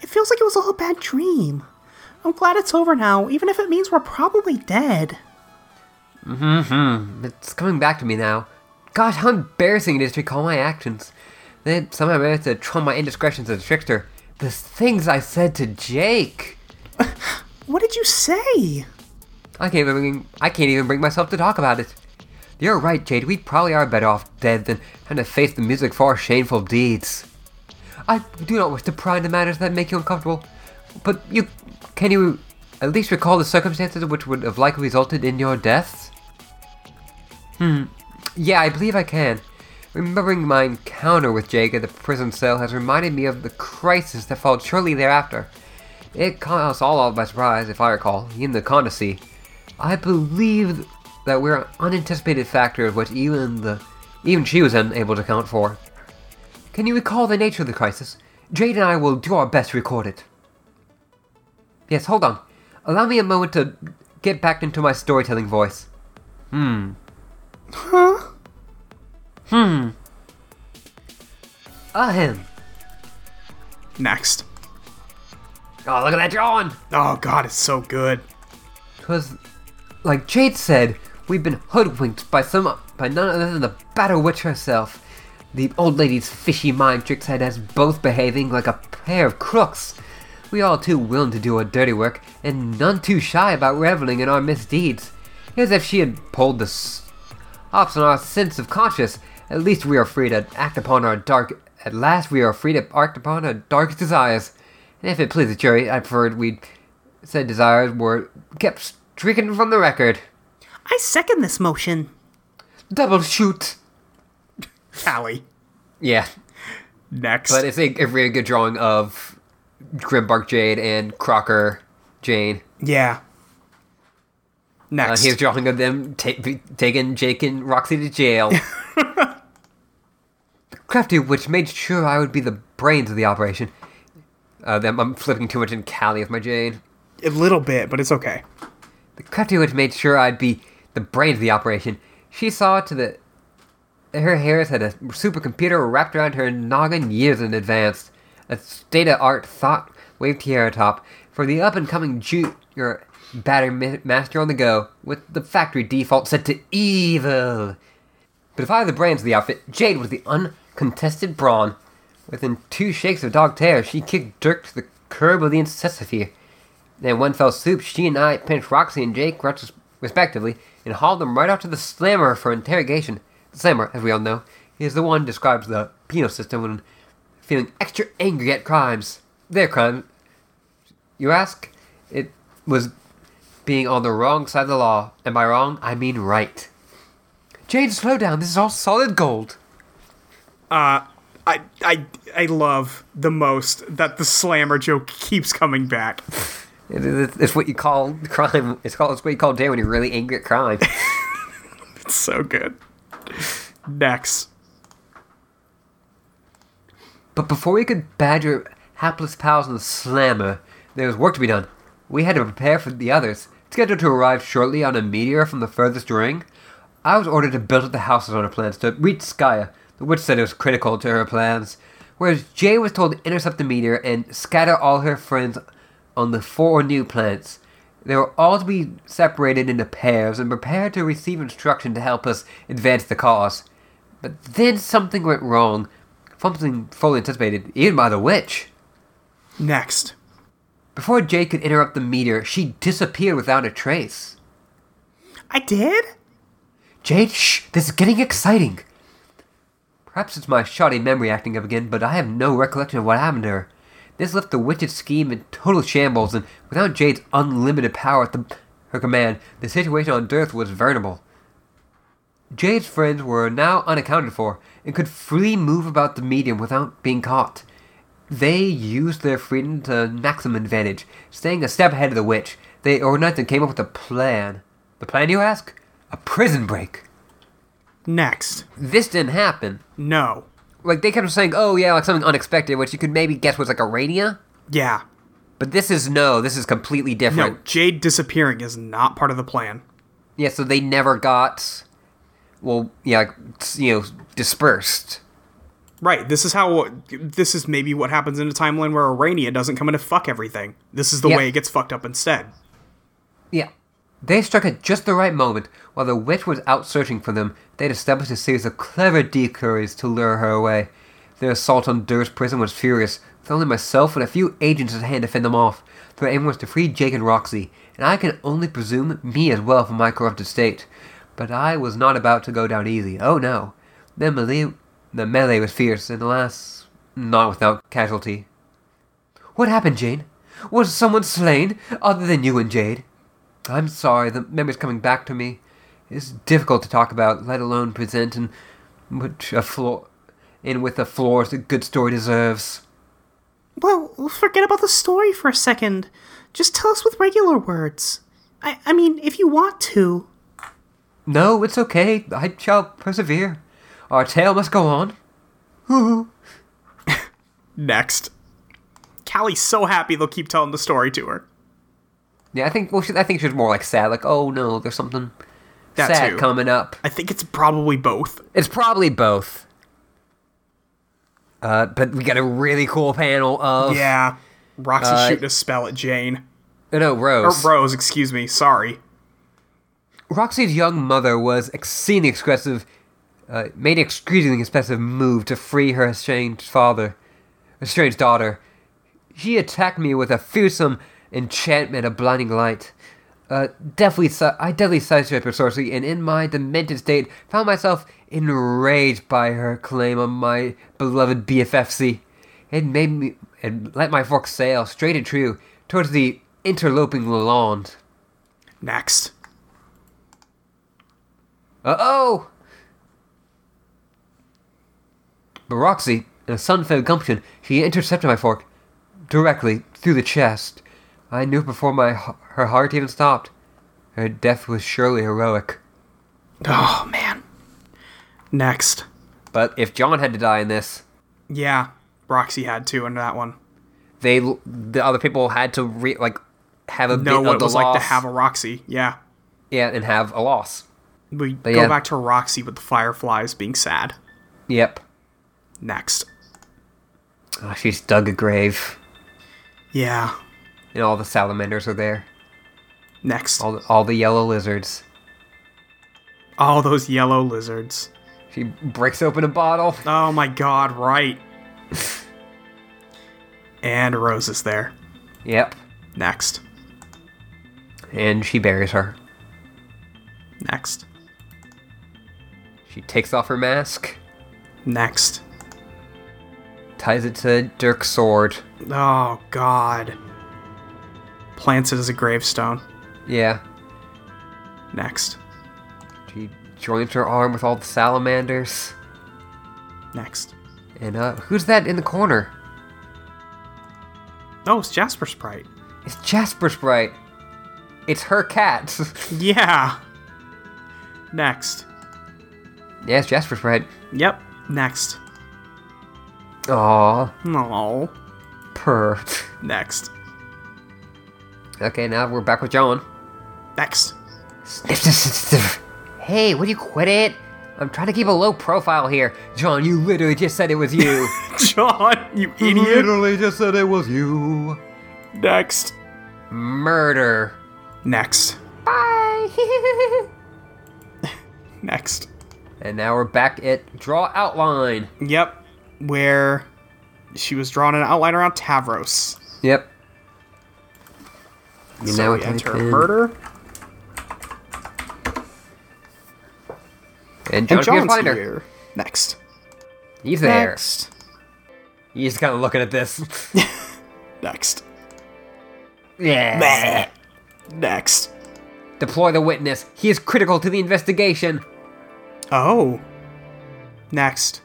B: It feels like it was all a bad dream. I'm glad it's over now, even if it means we're probably dead.
A: It's coming back to me now. Gosh, how embarrassing it is to recall my actions. Then somehow I managed to troll my indiscretions as a trickster. The things I said to Jake.
B: What did you say?
A: I can't even bring, I can't even bring myself to talk about it. You're right, Jade. We probably are better off dead than having to face the music for our shameful deeds. I do not wish to pry into matters that make you uncomfortable, but you can you at least recall the circumstances which would have likely resulted in your deaths? Hmm. Yeah, I believe I can. Remembering my encounter with Jake at the prison cell has reminded me of the crisis that followed shortly thereafter. It caught us all off by surprise, if I recall, in the Condesy. I believe that we're an unanticipated factor of which even the even she was unable to account for. Can you recall the nature of the crisis? Jade and I will do our best to record it. Yes, hold on. Allow me a moment to get back into my storytelling voice.
B: Huh?
A: Ahem.
B: Next.
A: Oh, look at that drawing!
B: Oh god, it's so good.
A: Twas, like Jade said, we've been hoodwinked by some, by none other than the Battle Witch herself. The old lady's fishy mind tricks had us both behaving like a pair of crooks. We all too willing to do our dirty work, and none too shy about reveling in our misdeeds. As if she had pulled the s- ops on our sense of conscience. At least we are free to act upon our dark. At last, we are free to act upon our darkest desires. And if it please the jury, I preferred we said desires were kept stricken from the record.
B: I second this motion.
A: Double shoot.
B: Allie.
A: Yeah,
B: Next.
A: but it's a, a really good drawing of Grimbark Jade and Crocker Jane. Uh,
B: yeah. Next.
A: here's drawing of them ta- be- taking Jake and Roxy to jail. the crafty witch made sure I would be the brains of the operation. Uh, them, I'm flipping too much in Cali with my Jane.
B: a little bit, but it's okay.
A: The crafty witch made sure I'd be the brains of the operation. She saw to the her hairs had a supercomputer wrapped around her noggin years in advance. A state of art thought wave tiara top for the up and coming junior batter ma- master on the go, with the factory default set to evil. But if I were the brains of the outfit, Jade was the uncontested brawn. Within two shakes of dog tail, she kicked Dirk to the curb with the incessify. Then one fell swoop, she and I pinched Roxy and Jake, res- respectively, and hauled them right out to the slammer for interrogation. The slammer, as we all know, is the one describes the penal system when feeling extra angry at crimes. Their crime, you ask? It was being on the wrong side of the law, and by wrong, I mean right. Jade, slow down. This is all solid gold.
B: I, I, I love the most that the slammer joke keeps coming back.
A: It- it- It's what you call crime. It's called. It's what you call Jade when you're really angry at crime.
B: It's so good. Next.
A: But before we could badger hapless pals in the slammer, there was work to be done. We had to prepare for the others, scheduled to arrive shortly on a meteor from the furthest ring. I was ordered to build up the houses on her plans to reach Skya, the witch said it was critical to her plans, whereas Jay was told to intercept the meteor and scatter all her friends on the four new planets. They were all to be separated into pairs and prepared to receive instruction to help us advance the cause. But then something went wrong. Something fully anticipated, even by the witch.
B: Next.
A: Before Jade could interrupt the meteor, she disappeared without a trace.
B: I did?
A: Jade, shh, this is getting exciting. Perhaps it's my shoddy memory acting up again, but I have no recollection of what happened to her. This left the witch's scheme in total shambles, and without Jade's unlimited power at the, her command, the situation on Dearth was vulnerable. Jade's friends were now unaccounted for and could freely move about the medium without being caught. They used their freedom to maximum advantage, staying a step ahead of the witch. They organized and came up with a plan. The plan, you ask? A prison break.
B: Next.
A: This didn't happen.
B: No.
A: Like, they kept saying, oh, yeah, like something unexpected, which you could maybe guess was like a radia.
B: Yeah.
A: But this is no, this is completely
B: No,
A: different.
B: Jade disappearing is not part of the plan.
A: Yeah, so they never got, well, yeah, like, you know, dispersed.
B: Right. This is how. This is maybe what happens in a timeline where Urania doesn't come in to fuck everything. This is the
A: Yeah.
B: way it gets fucked up instead.
A: Yeah. They struck at just the right moment. While the witch was out searching for them, they'd established a series of clever decoys to lure her away. Their assault on Dur's prison was furious, with only myself and a few agents at hand to fend them off. Their aim was to free Jake and Roxy, and I can only presume me as well from my corrupted state. But I was not about to go down easy. Oh no. The melee, the melee was fierce, and alas, not without casualty. What happened, Jane? Was someone slain other than you and Jade? I'm sorry, the memory's coming back to me. It's difficult to talk about, let alone present, and which a floor, and with a floor a good story deserves.
B: Well, forget about the story for a second. Just tell us with regular words. I, I mean, if you want to.
A: No, it's okay. I shall persevere. Our tale must go on. Hoo-hoo.
B: Next. Callie's so happy they'll keep telling the story to her.
A: yeah, I think well, she, I think she was more like sad, like oh no, there's something
B: That
A: sad
B: too.
A: coming up.
B: I think it's probably both.
A: It's probably both. Uh, but we got a really cool panel of
B: Yeah. Roxy
A: Uh,
B: shooting a spell at Jane.
A: oh, no
B: Or
A: Rose.
B: Rose, excuse me. Sorry.
A: Roxy's young mother was exceedingly expressive, uh, made an exceedingly expressive move to free her estranged father, estranged daughter. She attacked me with a fearsome enchantment of blinding light. Uh, definitely, si- I definitely sidestepped her sorcery, and in my demented state, found myself enraged by her claim on my beloved BFFC. It made me and let my fork sail straight and true towards the interloping Lalande.
B: Next.
A: Uh oh! But Roxy, in a sun fed gumption, she intercepted my fork directly through the chest. I knew before my her heart even stopped. Her death was surely heroic.
B: Oh, man. Next.
A: But if John had to die in this,
B: Yeah. Roxy had to in that one.
A: they the other people had to re, like have a
B: Know
A: bit of
B: what it
A: the
B: was
A: loss,
B: like to have a Roxy. Yeah.
A: yeah, and have a loss.
B: We go
A: yeah.
B: back to Roxy with the fireflies being sad.
A: Yep,
B: Next.
A: Ah, she's dug a grave,
B: Yeah.
A: and all the salamanders are there.
B: Next.
A: All the, all the yellow lizards.
B: All those yellow lizards.
A: She breaks open a bottle.
B: Oh my god, right. and Rose is there.
A: Yep.
B: Next.
A: and she buries her.
B: Next.
A: She takes off her mask,
B: Next.
A: ties it to Dirk's sword.
B: Oh god. Plants it as a gravestone.
A: Yeah.
B: Next.
A: She joins her arm with all the salamanders.
B: Next.
A: And uh, who's that in the corner?
B: Oh, it's Jasper Sprite.
A: It's Jasper Sprite. It's her cat.
B: Yeah. Next.
A: yeah, it's Jasper Sprite.
B: Yep. Next.
A: Aw,
B: No.
A: purr.
B: Next.
A: okay, now we're back with John.
B: Next.
A: Sniff, sniff, sniff, sniff. Hey, would you quit it? I'm trying to keep a low profile here. John, you literally just said it was you.
B: John, you
A: You
B: idiot.
A: just said it was you.
B: Next.
A: Murder.
B: Next.
A: Bye.
B: Next.
A: and now we're back at draw outline.
B: Yep. Where she was drawing an outline around Tavros.
A: Yep. You
B: so we
A: type
B: enter
A: in-
B: murder.
A: And John
B: And
A: can
B: John's
A: find her.
B: here. Next.
A: He's there.
B: Next.
A: He's kind of looking at this.
B: Next.
A: yeah.
B: Next.
A: Deploy the witness. He is critical to the investigation.
B: Oh. Next.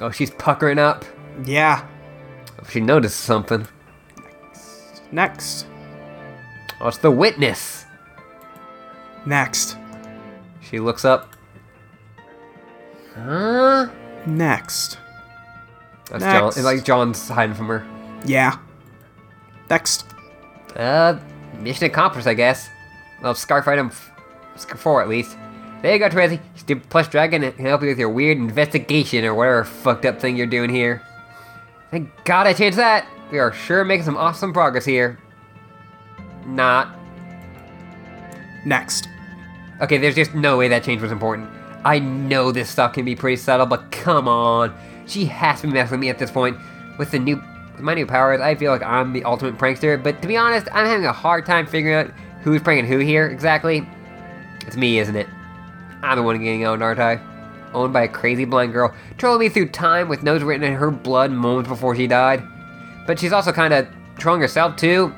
A: Oh, she's puckering up.
B: Yeah.
A: She noticed something.
B: Next.
A: Oh, it's the witness.
B: Next.
A: She looks up. Huh?
B: Next.
A: That's John.
B: Next.
A: It's like John's hiding from her.
B: Yeah. Next.
A: Uh, mission accomplished, I guess. Well, scarf item f- sc- four at least. There you go, Tracy. Stupid plush dragon can help you with your weird investigation or whatever fucked up thing you're doing here. Thank God I changed that. We are sure making some awesome progress here. Not.
B: Next.
A: Okay, there's just no way that change was important. I know this stuff can be pretty subtle, but come on. She has to be messing with me at this point. With the new, with my new powers, I feel like I'm the ultimate prankster. But to be honest, I'm having a hard time figuring out who's pranking who here exactly. It's me, isn't it? I'm the one getting owned, aren't I? Owned by a crazy blind girl, trolling me through time with notes written in her blood moments before she died. But she's also kind of trolling herself too.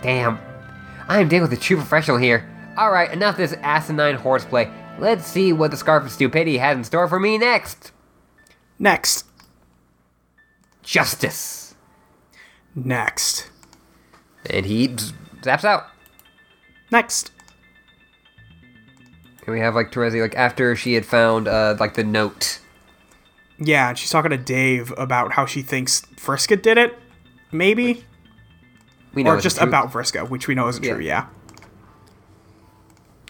A: Damn. I am dealing with a true professional here. Alright, enough of this asinine horseplay. Let's see what the Scarf of Stupidity has in store for me next.
B: Next.
A: Justice.
B: Next.
A: And he z- zaps out.
B: Next.
A: And we have like Terezi, like after she had found uh like the note.
B: Yeah, and she's talking to Dave about how she thinks Friska did it, maybe,
A: We
B: or
A: it's
B: just
A: the truth.
B: about Friska, which we know isn't
A: Yeah.
B: true. Yeah.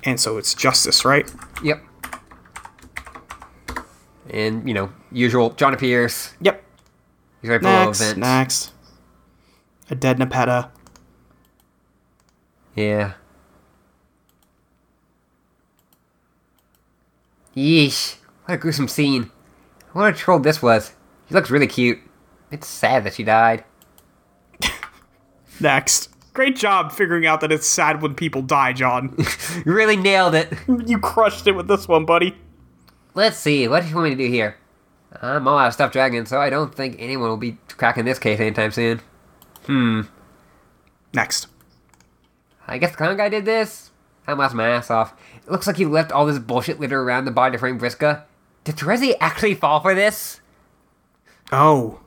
B: And so it's justice, right?
A: Yep. And you know, usual John Pierce.
B: Yep.
A: He's right below
B: Next.
A: event.
B: Next. A dead Nepeta.
A: Yeah. Yeesh. What a gruesome scene. What a troll this was. She looks really cute. It's sad that she died.
B: Next. Great job figuring out that it's sad when people die, John.
A: You really nailed it.
B: you crushed it with this one, buddy.
A: Let's see, what do you want me to do here? I'm all out of stuffed dragons, so I don't think anyone will be cracking this case anytime soon.
B: Next.
A: I guess the clown guy did this. I lost my ass off. It looks like he left all this bullshit litter around the body to frame Briska. Did Terezi actually fall for this?
B: Oh.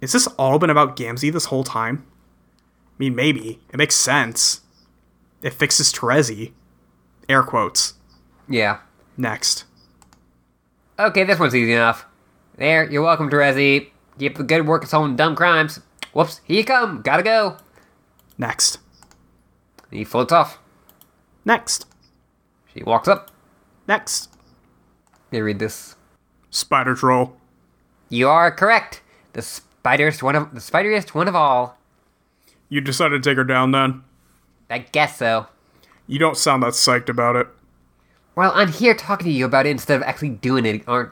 B: Is this all been about Gamzee this whole time? I mean, maybe. It makes sense. It fixes Terezi. Air quotes.
A: Yeah.
B: Next.
A: Okay, this one's easy enough. There, you're welcome, Terezi. Keep the good work of solving dumb crimes. Whoops, here you come, gotta go.
B: Next.
A: He floats off.
B: Next.
A: She walks up.
B: Next.
A: Let me read this.
B: Spider Troll.
A: You are correct. The spider's one of the spideriest one of all.
B: You decided to take her down then?
A: I guess so.
B: You don't sound that psyched about it.
A: Well, I'm here talking to you about it instead of actually doing it, aren't?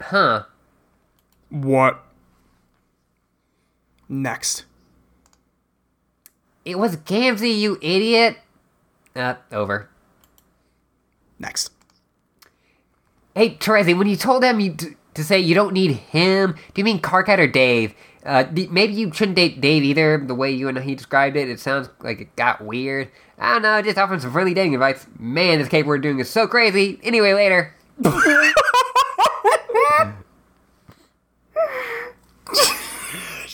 A: Huh?
B: What? Next.
A: It was Gamzee, you idiot. Uh, over.
B: Next.
A: Hey, Terezi, when you told him you d- to say you don't need him, do you mean Carcat or Dave? Uh, d- maybe you shouldn't date Dave either. The way you and he described it, it sounds like it got weird. I don't know. Just offering some friendly dating advice. Man, this cake we're doing is so crazy. Anyway, later.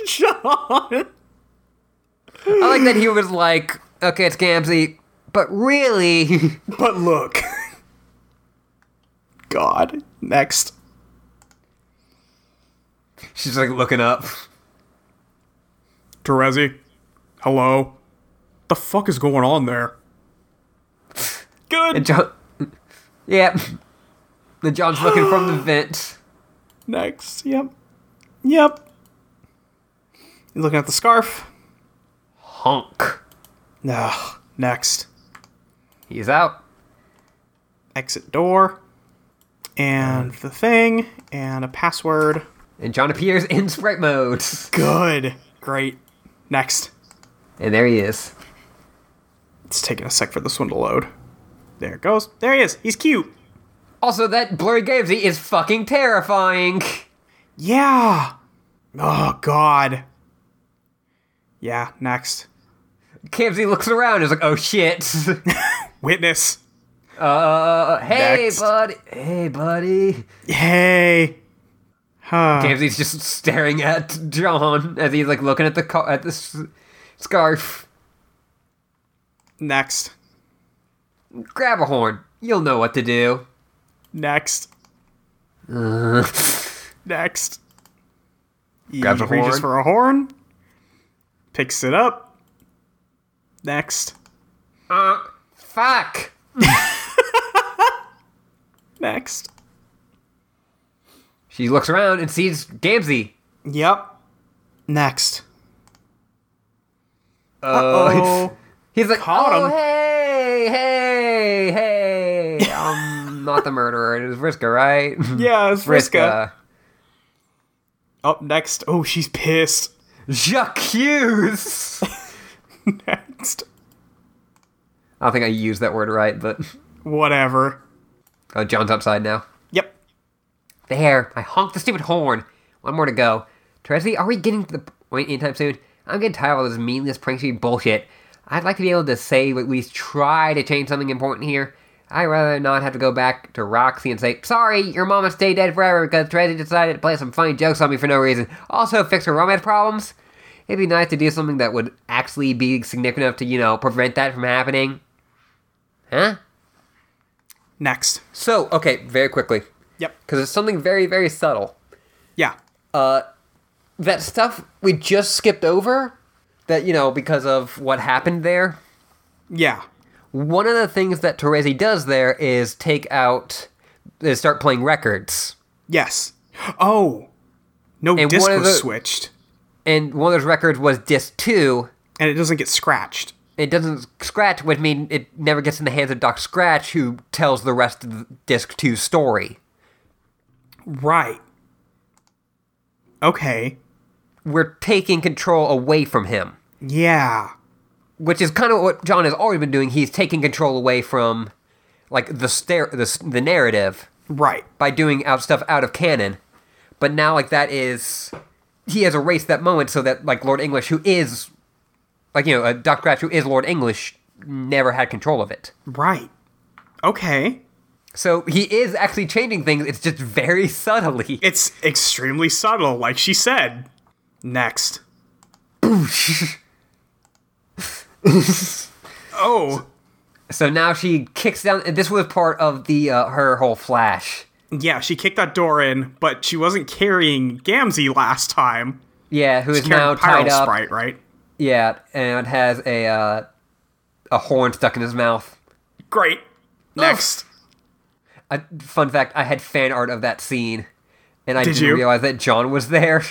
B: John!
A: I like that he was like, okay, it's Gamzee, but really,
B: But look. God. Next.
A: she's like looking up.
B: Terezi? Hello? The fuck is going on there?
A: And
B: Good.
A: John. yep. The John's looking from the vent.
B: Next. Yep. Yep. You looking at the scarf?
A: Honk.
B: No. Next.
A: He's out.
B: Exit door. And the thing. And a password.
A: And John appears in sprite mode.
B: Good. Great. Next.
A: And there he is.
B: It's taking a sec for this one to load. There it goes. There he is. He's cute.
A: Also, that blurry Gamzee is fucking terrifying.
B: Yeah. Oh, God. Yeah, next.
A: Gamzee looks around and is like, oh shit.
B: Witness.
A: Uh, hey,
B: Next.
A: buddy. Hey, buddy.
B: Hey. Huh.
A: Gamzee's just staring at John as he's like looking at the co- at the s- scarf.
B: Next.
A: Grab a horn. You'll know what to do.
B: Next.
A: Uh,
B: Next. He
A: Grabs a horn.
B: reaches for a horn. Picks it up. Next.
A: uh, fuck.
B: Next.
A: She looks around and sees Gamzee.
B: Yep. Next.
A: Uh,
B: Uh-oh.
A: he's like,
B: Caught
A: oh,
B: him."
A: hey, hey, hey. I'm not the murderer. It was Vriska, right?
B: yeah, it's Friska.
A: Vriska.
B: Up next, oh, she's pissed.
A: Jacques Hughes!
B: next.
A: I don't think I used that word right, but.
B: Whatever.
A: Oh, John's outside now.
B: Yep.
A: There, I honked the stupid horn. One more to go. Teresi, are we getting to the point anytime soon? I'm getting tired of all this meaningless pranksy bullshit. I'd like to be able to say, or at least try to change something important here. I'd rather not have to go back to Roxy and say, Sorry, your mama stayed dead forever because Teresi decided to play some funny jokes on me for no reason. Also, fix her romance problems. It'd be nice to do something that would actually be significant enough to, you know, prevent that from happening. Huh?
B: Next.
A: So, okay, very quickly,
B: Yep.
A: because it's something very, very subtle.
B: Yeah.
A: that stuff we just skipped over that you know because of what happened there
B: Yeah.
A: one of the things that Terezi does there is take out is start playing records
B: Yes. Oh. No
A: And
B: disc
A: one of
B: was
A: the-
B: switched.
A: and one of those records was disc 2
B: And it doesn't get scratched.
A: it doesn't scratch which mean it never gets in the hands of doc scratch who tells the rest of the disc 2 story
B: Right. Okay.
A: we're taking control away from him
B: Yeah.
A: which is kind of what john has always been doing he's taking control away from like the stair the, s- the narrative
B: Right.
A: by doing out stuff out of canon. But now like that is he has erased that moment so that like Lord English, who is like you know uh, Doctor Craft, who is Lord English, never had control of it.
B: Right. Okay.
A: So he is actually changing things. It's just very subtly.
B: It's extremely subtle, like she said. Next. oh.
A: So now she kicks down. This was part of the uh, her whole flash.
B: Yeah, she kicked that door in, but she wasn't carrying Gamzee last time.
A: Yeah, who is
B: Carrying
A: now
B: Pyro
A: tied up.
B: Sprite, right?
A: Yeah, and has a uh, a horn stuck in his mouth.
B: Great. Next.
A: A fun fact: I had fan art of that scene, and I
B: Did
A: didn't
B: you?
A: realize that John was there.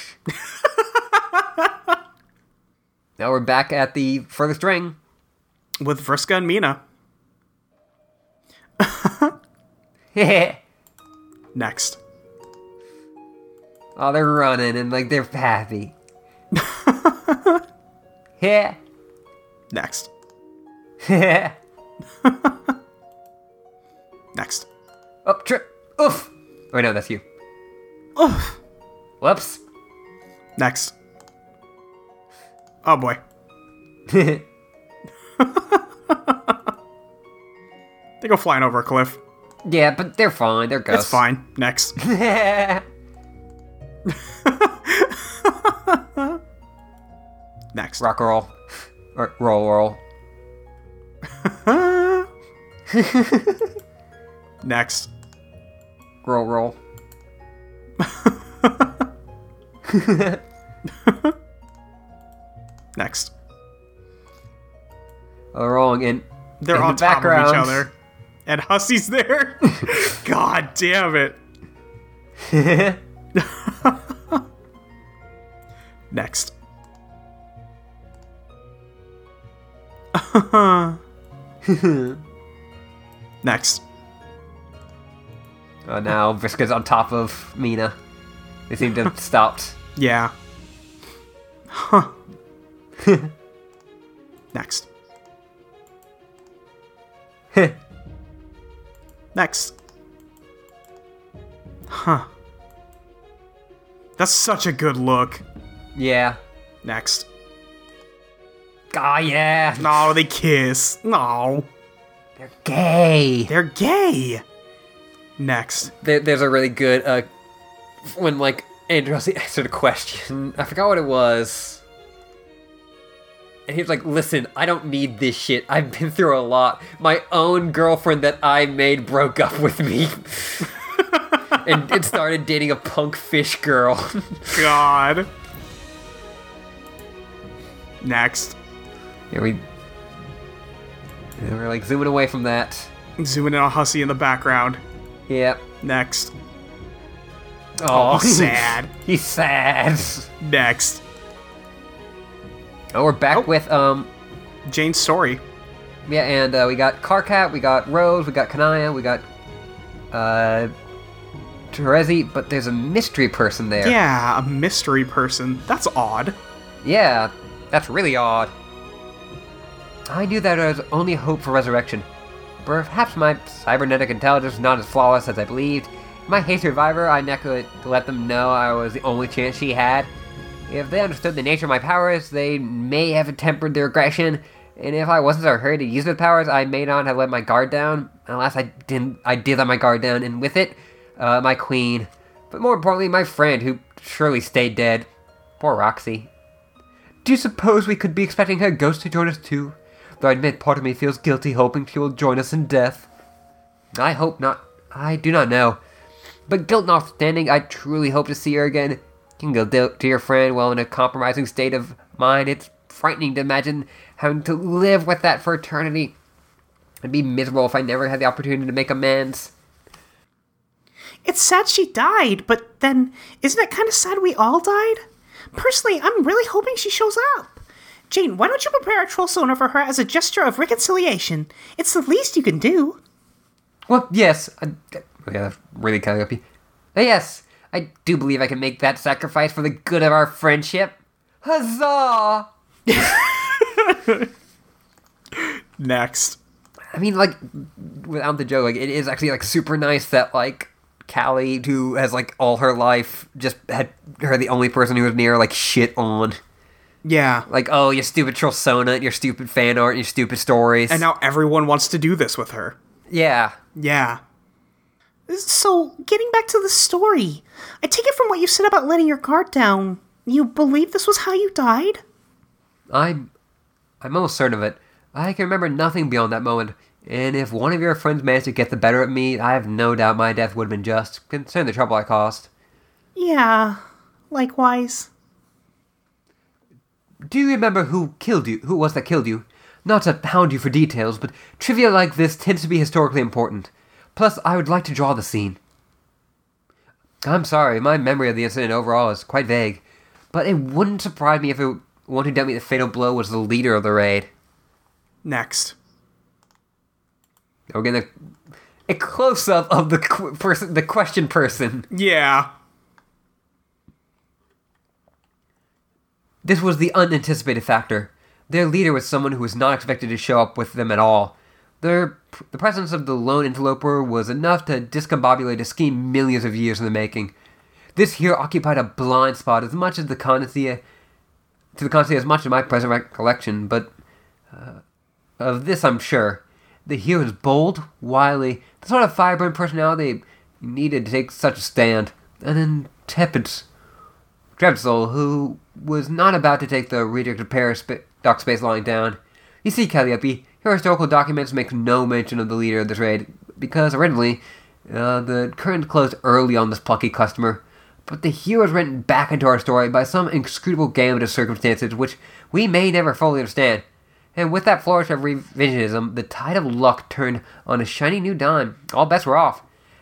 A: now we're back at the furthest ring.
B: With Vriska and Mina.
A: oh,
B: Next.
A: they're running and like they're happy. yeah,
B: Next.
A: yeah.
B: Next.
A: Up trip. Oof. Wait, no, that's you.
B: Ugh.
A: Whoops.
B: Next. Oh boy.
A: yeah,
B: They go flying over a cliff.
A: but they're fine. They're ghosts.
B: That's fine. Next.
A: fine.
B: Next.
A: Rock roll, or roll roll.
B: Uh. Next.
A: Roll, roll.
B: Next.
A: Oh, rolling in.
B: They're
A: In
B: on
A: the
B: top of each
A: background.
B: other. And Hussey's there. God damn it. Next. Next.
A: Oh, now Vriska's on top of Mina. They seem to have stopped.
B: Yeah. Huh. Next. Next. Huh. That's such a good look.
A: yeah.
B: Next.
A: Ah, yeah.
B: No, they kiss. No.
A: They're gay.
B: They're gay. Next.
A: There, there's a really good, uh, when, like, Androssi answered a question. I forgot what it was. And he was like, listen, I don't need this shit. I've been through a lot. My own girlfriend that I made broke up with me. and, and started dating a punk fish girl.
B: God. Next.
A: Yeah, we. yeah, we're like zooming away from that.
B: Zooming in on Hussey in the background.
A: Yep.
B: Next.
A: Oh,
B: sad.
A: He's sad.
B: Next.
A: Oh, we're back with um,
B: Jane's story.
A: yeah, and uh, we got Carcat, we got Rose, we got Kanaya, we got uh, Terezi, but there's a mystery person there.
B: Yeah, a mystery person. That's odd.
A: Yeah, that's really odd. I knew that I was only hope for resurrection. Perhaps my cybernetic intelligence was not as flawless as I believed. In my hate survivor, I neglected to let them know I was the only chance she had. If they understood the nature of my powers, they may have tempered their aggression. And if I wasn't so hurried to use the powers, I may not have let my guard down. Unless I didn't, I did let my guard down, and with it, uh, my queen. But more importantly, my friend, who surely stayed dead. Poor Roxy. Do you suppose we could be expecting her ghost to join us too? Though I admit part of me feels guilty hoping she will join us in death. I hope not. I do not know. But guilt notwithstanding, I truly hope to see her again. You can go de- to your friend while in a compromising state of mind. It's frightening to imagine having to live with that for eternity. I'd be miserable if I never had the opportunity to make amends.
B: It's sad she died, but then isn't it kind of sad we all died? Personally, I'm really hoping she shows up. Jane, why don't you prepare a troll sonar for her as a gesture of reconciliation? It's the least you can do.
A: Well, yes. I, oh yeah, that's really kind of yuppie. Yes, I do believe I can make that sacrifice for the good of our friendship. Huzzah!
B: Next.
A: I mean, like, without the joke, like, it is actually, like, super nice that, like, Callie, who has, like, all her life just had her the only person who was near, like, shit on.
B: Yeah.
A: Like, oh, your stupid Trillsona, and your stupid fan art, and your stupid stories.
B: And now everyone wants to do this with her.
A: yeah.
B: Yeah. So, getting back to the story, I take it from what you said about letting your guard down. You believe this was how you died?
A: I'm I'm almost certain of it. I can remember nothing beyond that moment, and if one of your friends managed to get the better of me, I have no doubt my death would have been just, considering the trouble I caused.
B: Yeah, likewise.
A: Do you remember who killed you? Who was that killed you? Not to hound you for details, but trivia like this tends to be historically important. Plus, I would like to draw the scene. I'm sorry, my memory of the incident overall is quite vague, but it wouldn't surprise me if it, one who dealt me the fatal blow was the leader of the raid.
B: Next.
A: We're gonna a close up of the qu- person, the question person.
B: Yeah.
A: This was the unanticipated factor. Their leader was someone who was not expected to show up with them at all. Their the presence of the lone interloper was enough to discombobulate a scheme millions of years in the making. This here occupied a blind spot as much as the connoisseur, to the connoisseur as much as my present recollection, but uh, of this I'm sure. The hero was bold, wily, the sort of firebrand personality needed to take such a stand, and then tepid Trebsel, who was not about to take the reader to Paris sp- dock space lying down. You see, Calliope, your historical documents make no mention of the leader of the raid, because originally, uh, the current closed early on this plucky customer. But the hero is written back into our story by some inscrutable gamut of circumstances which we may never fully understand. And with that flourish of revisionism, the tide of luck turned on a shiny new dime. All bets were off.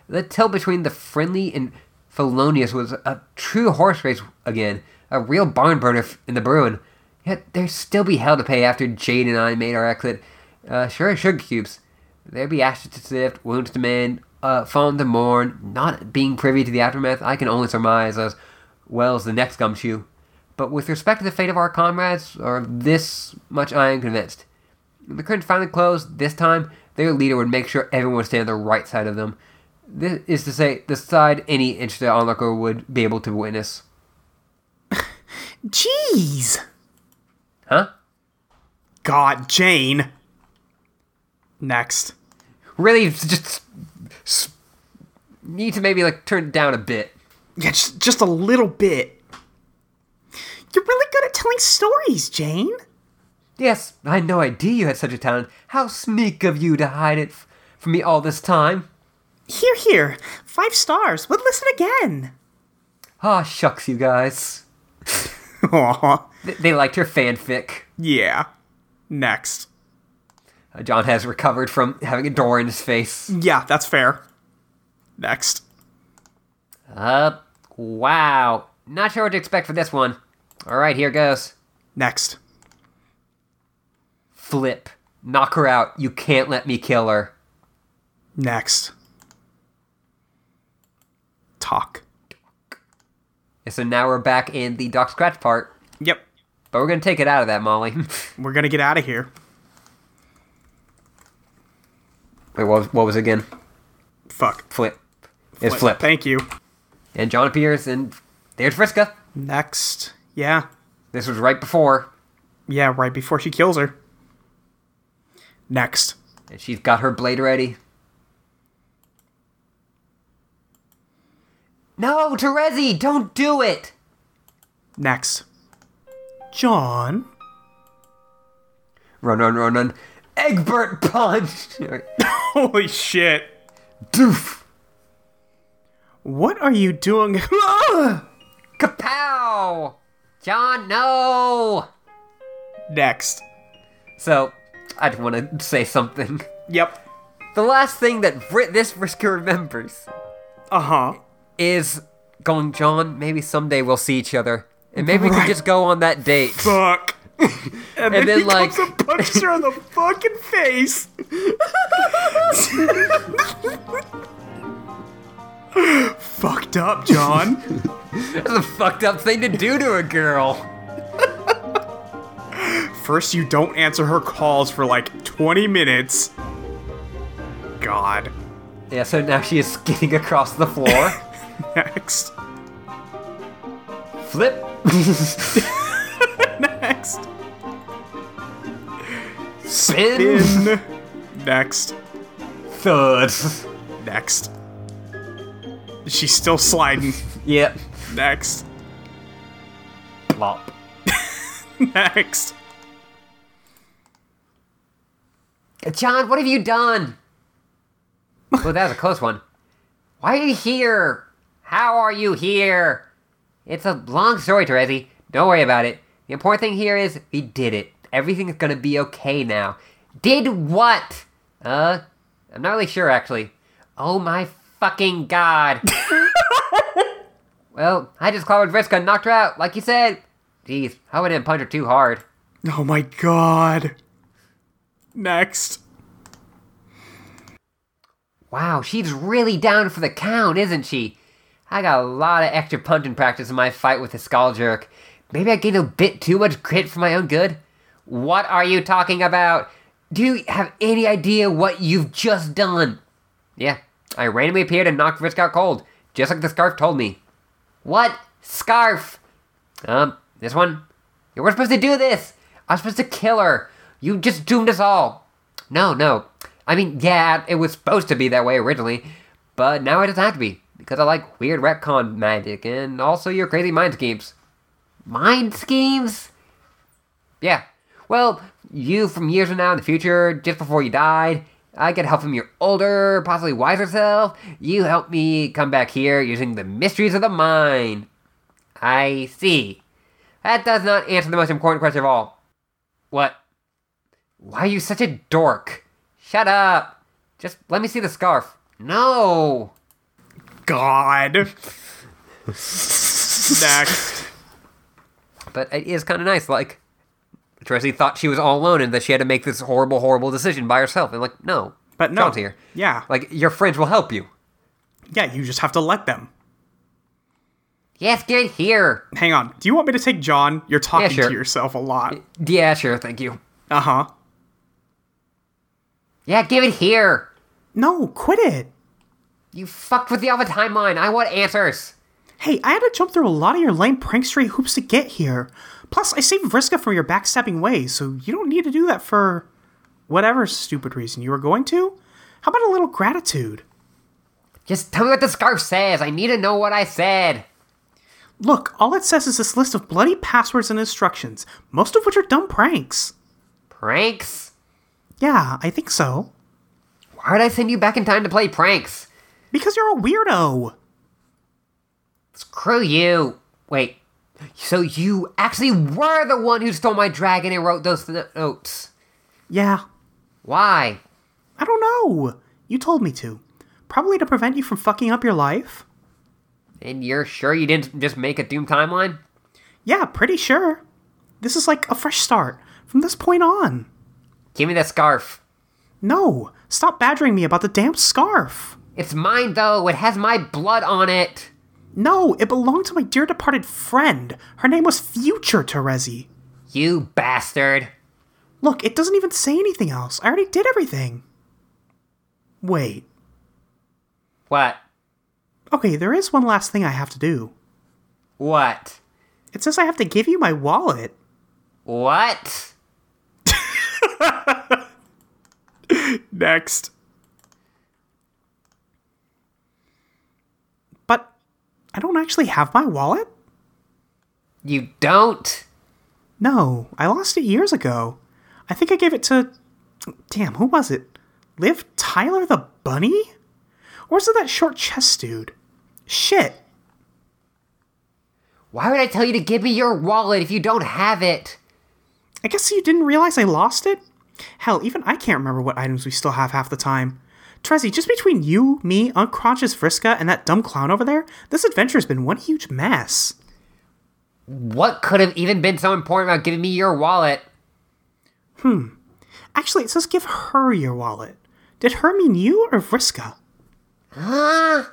A: The tilt between the friendly and felonious was a true horse race again, a real barn burner f- in the Bruin. Yet there'd still be hell to pay after Jade and I made our exit. Uh, sure as sugar cubes. There'd be ashes to sift, wounds to mend, uh, phone to mourn. Not being privy to the aftermath, I can only surmise as well as the next gumshoe. But with respect to the fate of our comrades, or of this much I am convinced. When the curtain finally closed, this time, their leader would make sure everyone would stay on the right side of them. This is to say, the side any interested onlooker would be able to witness.
B: Jeez!
A: Huh?
B: God, Jane! Next.
A: Really, it's just s- s- need to maybe like turn it down a bit.
B: Yeah, just, just a little bit. You're really good at telling stories, Jane.
A: Yes, I had no idea you had such a talent. How sneak of you to hide it f- from me all this time.
B: Here, here. Five stars. We'll listen again.
A: Ah, shucks, you guys.
B: Aw.
A: Th- they liked your fanfic.
B: Yeah. Next.
A: Uh, John has recovered from having a door in his face.
B: Yeah, that's fair. Next.
A: Uh, wow. Not sure what to expect for this one. Alright, here goes.
B: Next.
A: Flip. Knock her out. You can't let me kill her.
B: Next. talk.
A: And so now we're back in the Doc Scratch part,
B: Yep.
A: but we're gonna take it out of that, Molly.
B: We're gonna get out of here.
A: Wait, what was, what was it again?
B: Fuck.
A: Flip. It's
B: Wait,
A: Flip.
B: Thank you.
A: And John appears, and there's Friska.
B: Next. Yeah.
A: This was right before,
B: Yeah, right before she kills her. Next.
A: and she's got her blade ready. No, Terezi, don't do it!
B: Next. John.
A: Run, run, run, run. Egbert punch!
B: Holy shit.
A: Doof!
B: What are you doing? Ah!
A: Kapow! John, no!
B: Next.
A: So, I just want to say something.
B: Yep.
A: The last thing that Brit- this Friska remembers
B: Uh huh.
A: is going, John, maybe someday we'll see each other. And maybe we can
B: Right.
A: just go on that date.
B: Fuck. and, then,
A: then,
B: he
A: like-
B: comes and punches her in the fucking face. Fucked up, John.
A: That's a fucked up thing to do to a girl.
B: First, you don't answer her calls for like 20 minutes. God.
A: Yeah, so now she is skidding across the floor.
B: Next.
A: Flip.
B: Next.
A: Spin.
B: In. Next.
A: Thud.
B: Next. She's still sliding.
A: Yep.
B: Next.
A: Plop.
B: Next.
A: John, what have you done? well, that was a close one. Why are you here? How are you here? It's a long story, Terezi. Don't worry about it. The important thing here is we did it. Everything's gonna be okay now. Did what? Uh, I'm not really sure, actually. Oh my fucking god. well, I just clobbered Vriska and knocked her out, like you said. Jeez, I hope I didn't punch her too hard.
B: Oh my god. Next.
A: Wow, she's really down for the count, isn't she? I got a lot of extra punching practice in my fight with the skull jerk. Maybe I gave a bit too much grit for my own good? What are you talking about? Do you have any idea what you've just done? Yeah, I randomly appeared and knocked Frisk out cold, just like the scarf told me. What scarf? Um, this one? You weren't supposed to do this! I was supposed to kill her! You just doomed us all! No, no. I mean, yeah, it was supposed to be that way originally, but now it doesn't have to be, because I like weird retcon magic and also your crazy mind schemes. Mind schemes? Yeah. Well, you from years from now in the future, just before you died, I get help from your older, possibly wiser self. You help me come back here using the mysteries of the mind. I see. That does not answer the most important question of all. What? Why are you such a dork? Shut up! Just let me see the scarf. No!
B: God. Next.
A: But it is kind of nice, like. Tracy thought she was all alone and that she had to make this horrible, horrible decision by herself. And, like, no.
B: But no.
A: John's here.
B: Yeah.
A: Like, your friends will help you.
B: yeah, you just have to let them.
A: Yes, get here!
B: Hang on. Do you want me to take John? You're talking
A: sure.
B: to yourself a lot.
A: Yeah, sure, thank you.
B: Uh huh.
A: Yeah, give it here!
B: No, quit it.
A: You fucked with the Alpha timeline! I want answers!
B: Hey, I had to jump through a lot of your lame prankstery hoops to get here. Plus, I saved Vriska from your backstabbing ways, so you don't need to do that for whatever stupid reason you were going to. How about a little gratitude?
A: Just tell me what the scarf says! I need to know what I said!
B: Look, all it says is this list of bloody passwords and instructions, most of which are dumb pranks.
A: Pranks?
B: Yeah, I think so.
A: Why would I send you back in time to play pranks?
B: Because you're a weirdo.
A: Screw you! Wait, so you actually were the one who stole my dragon and wrote those no- notes.
B: Yeah,
A: Why?
B: I don't know. You told me to. Probably to prevent you from fucking up your life.
A: And you're sure you didn't just make a Doom timeline?
B: Yeah, pretty sure. This is like a fresh start from this point on.
A: Give me that scarf.
B: No, stop badgering me about the damn scarf.
A: It's mine, though. It has my blood on it.
B: No, it belonged to my dear departed friend. Her name was Future Terezi.
A: You bastard.
B: Look, it doesn't even say anything else. I already did everything. Wait.
A: What?
B: Okay, there is one last thing I have to do.
A: What?
B: It says I have to give you my wallet.
A: What?
B: Next. But I don't actually have my wallet?
A: You don't?
B: No, I lost it years ago. I think I gave it to. Damn, who was it? Liv Tyler the Bunny? Or is it that short chest dude? Shit.
A: Why would I tell you to give me your wallet if you don't have it?
B: I guess you didn't realize I lost it? Hell, even I can't remember what items we still have half the time. Trezzy, just between you, me, unconscious Vriska, and that dumb clown over there, this adventure's been one huge mess.
A: What could have even been so important about giving me your wallet?
B: Actually, it says give her your wallet. Did her mean you or Vriska?
A: Huh?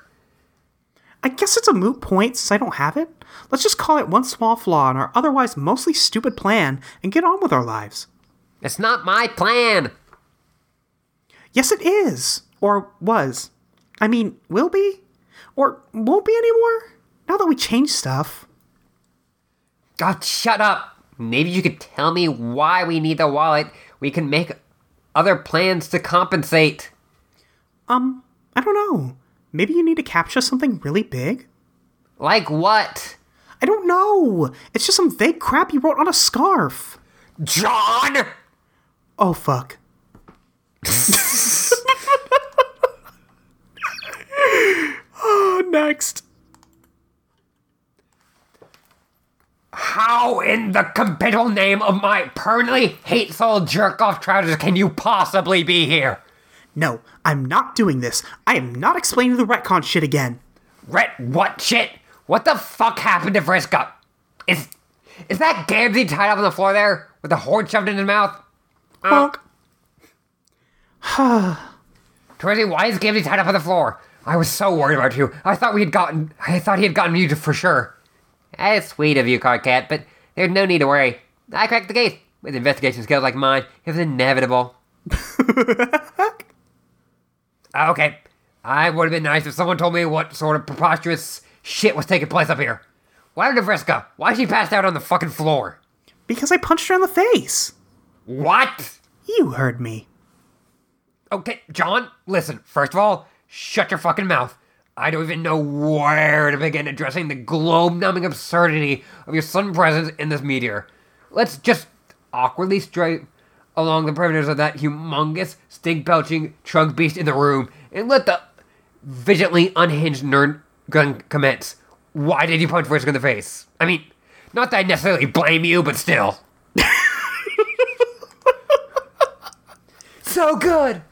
B: I guess it's a moot point since I don't have it. Let's just call it one small flaw in our otherwise mostly stupid plan and get on with our lives.
A: That's not my plan.
B: Yes, it is. Or was. I mean, will be? Or won't be anymore? Now that we changed stuff.
A: God, Oh, shut up. Maybe you could tell me why we need the wallet. We can make other plans to compensate.
B: Um, I don't know. Maybe you need to capture something really big?
A: Like what?
B: I don't know. It's just some vague crap you wrote on a scarf.
A: John!
B: Oh, fuck. oh, next.
A: How in the compital name of my permanently hateful jerk off trousers can you possibly be here?
B: No, I'm not doing this. I am not explaining the retcon shit again.
A: Rhett, what shit? What the fuck happened to Vriska? Is is that Gamzee tied up on the floor there with a horn shoved in his mouth?
B: Honk.
A: Teresi, why is Gamzee tied up on the floor? I was so worried about you. I thought we had gotten I thought he had gotten you for sure. That's sweet of you, Carcat, but there's no need to worry. I cracked the case. With investigation skills like mine, it was inevitable. Okay. I would have been nice if someone told me what sort of preposterous shit was taking place up here. What happened to Vriska? Why is she passed out on the fucking floor?
B: Because I punched her in the face.
A: What?
B: You heard me.
A: Okay, John, listen. First of all, shut your fucking mouth. I don't even know where to begin addressing the globe numbing absurdity of your sudden presence in this meteor. Let's just awkwardly strafe along the perimeters of that humongous, stink belching trunk beast in the room and let the vigilantly unhinged nerd gun commence. Why did you punch Frisk in the face? I mean, not that I necessarily blame you, but still. so good!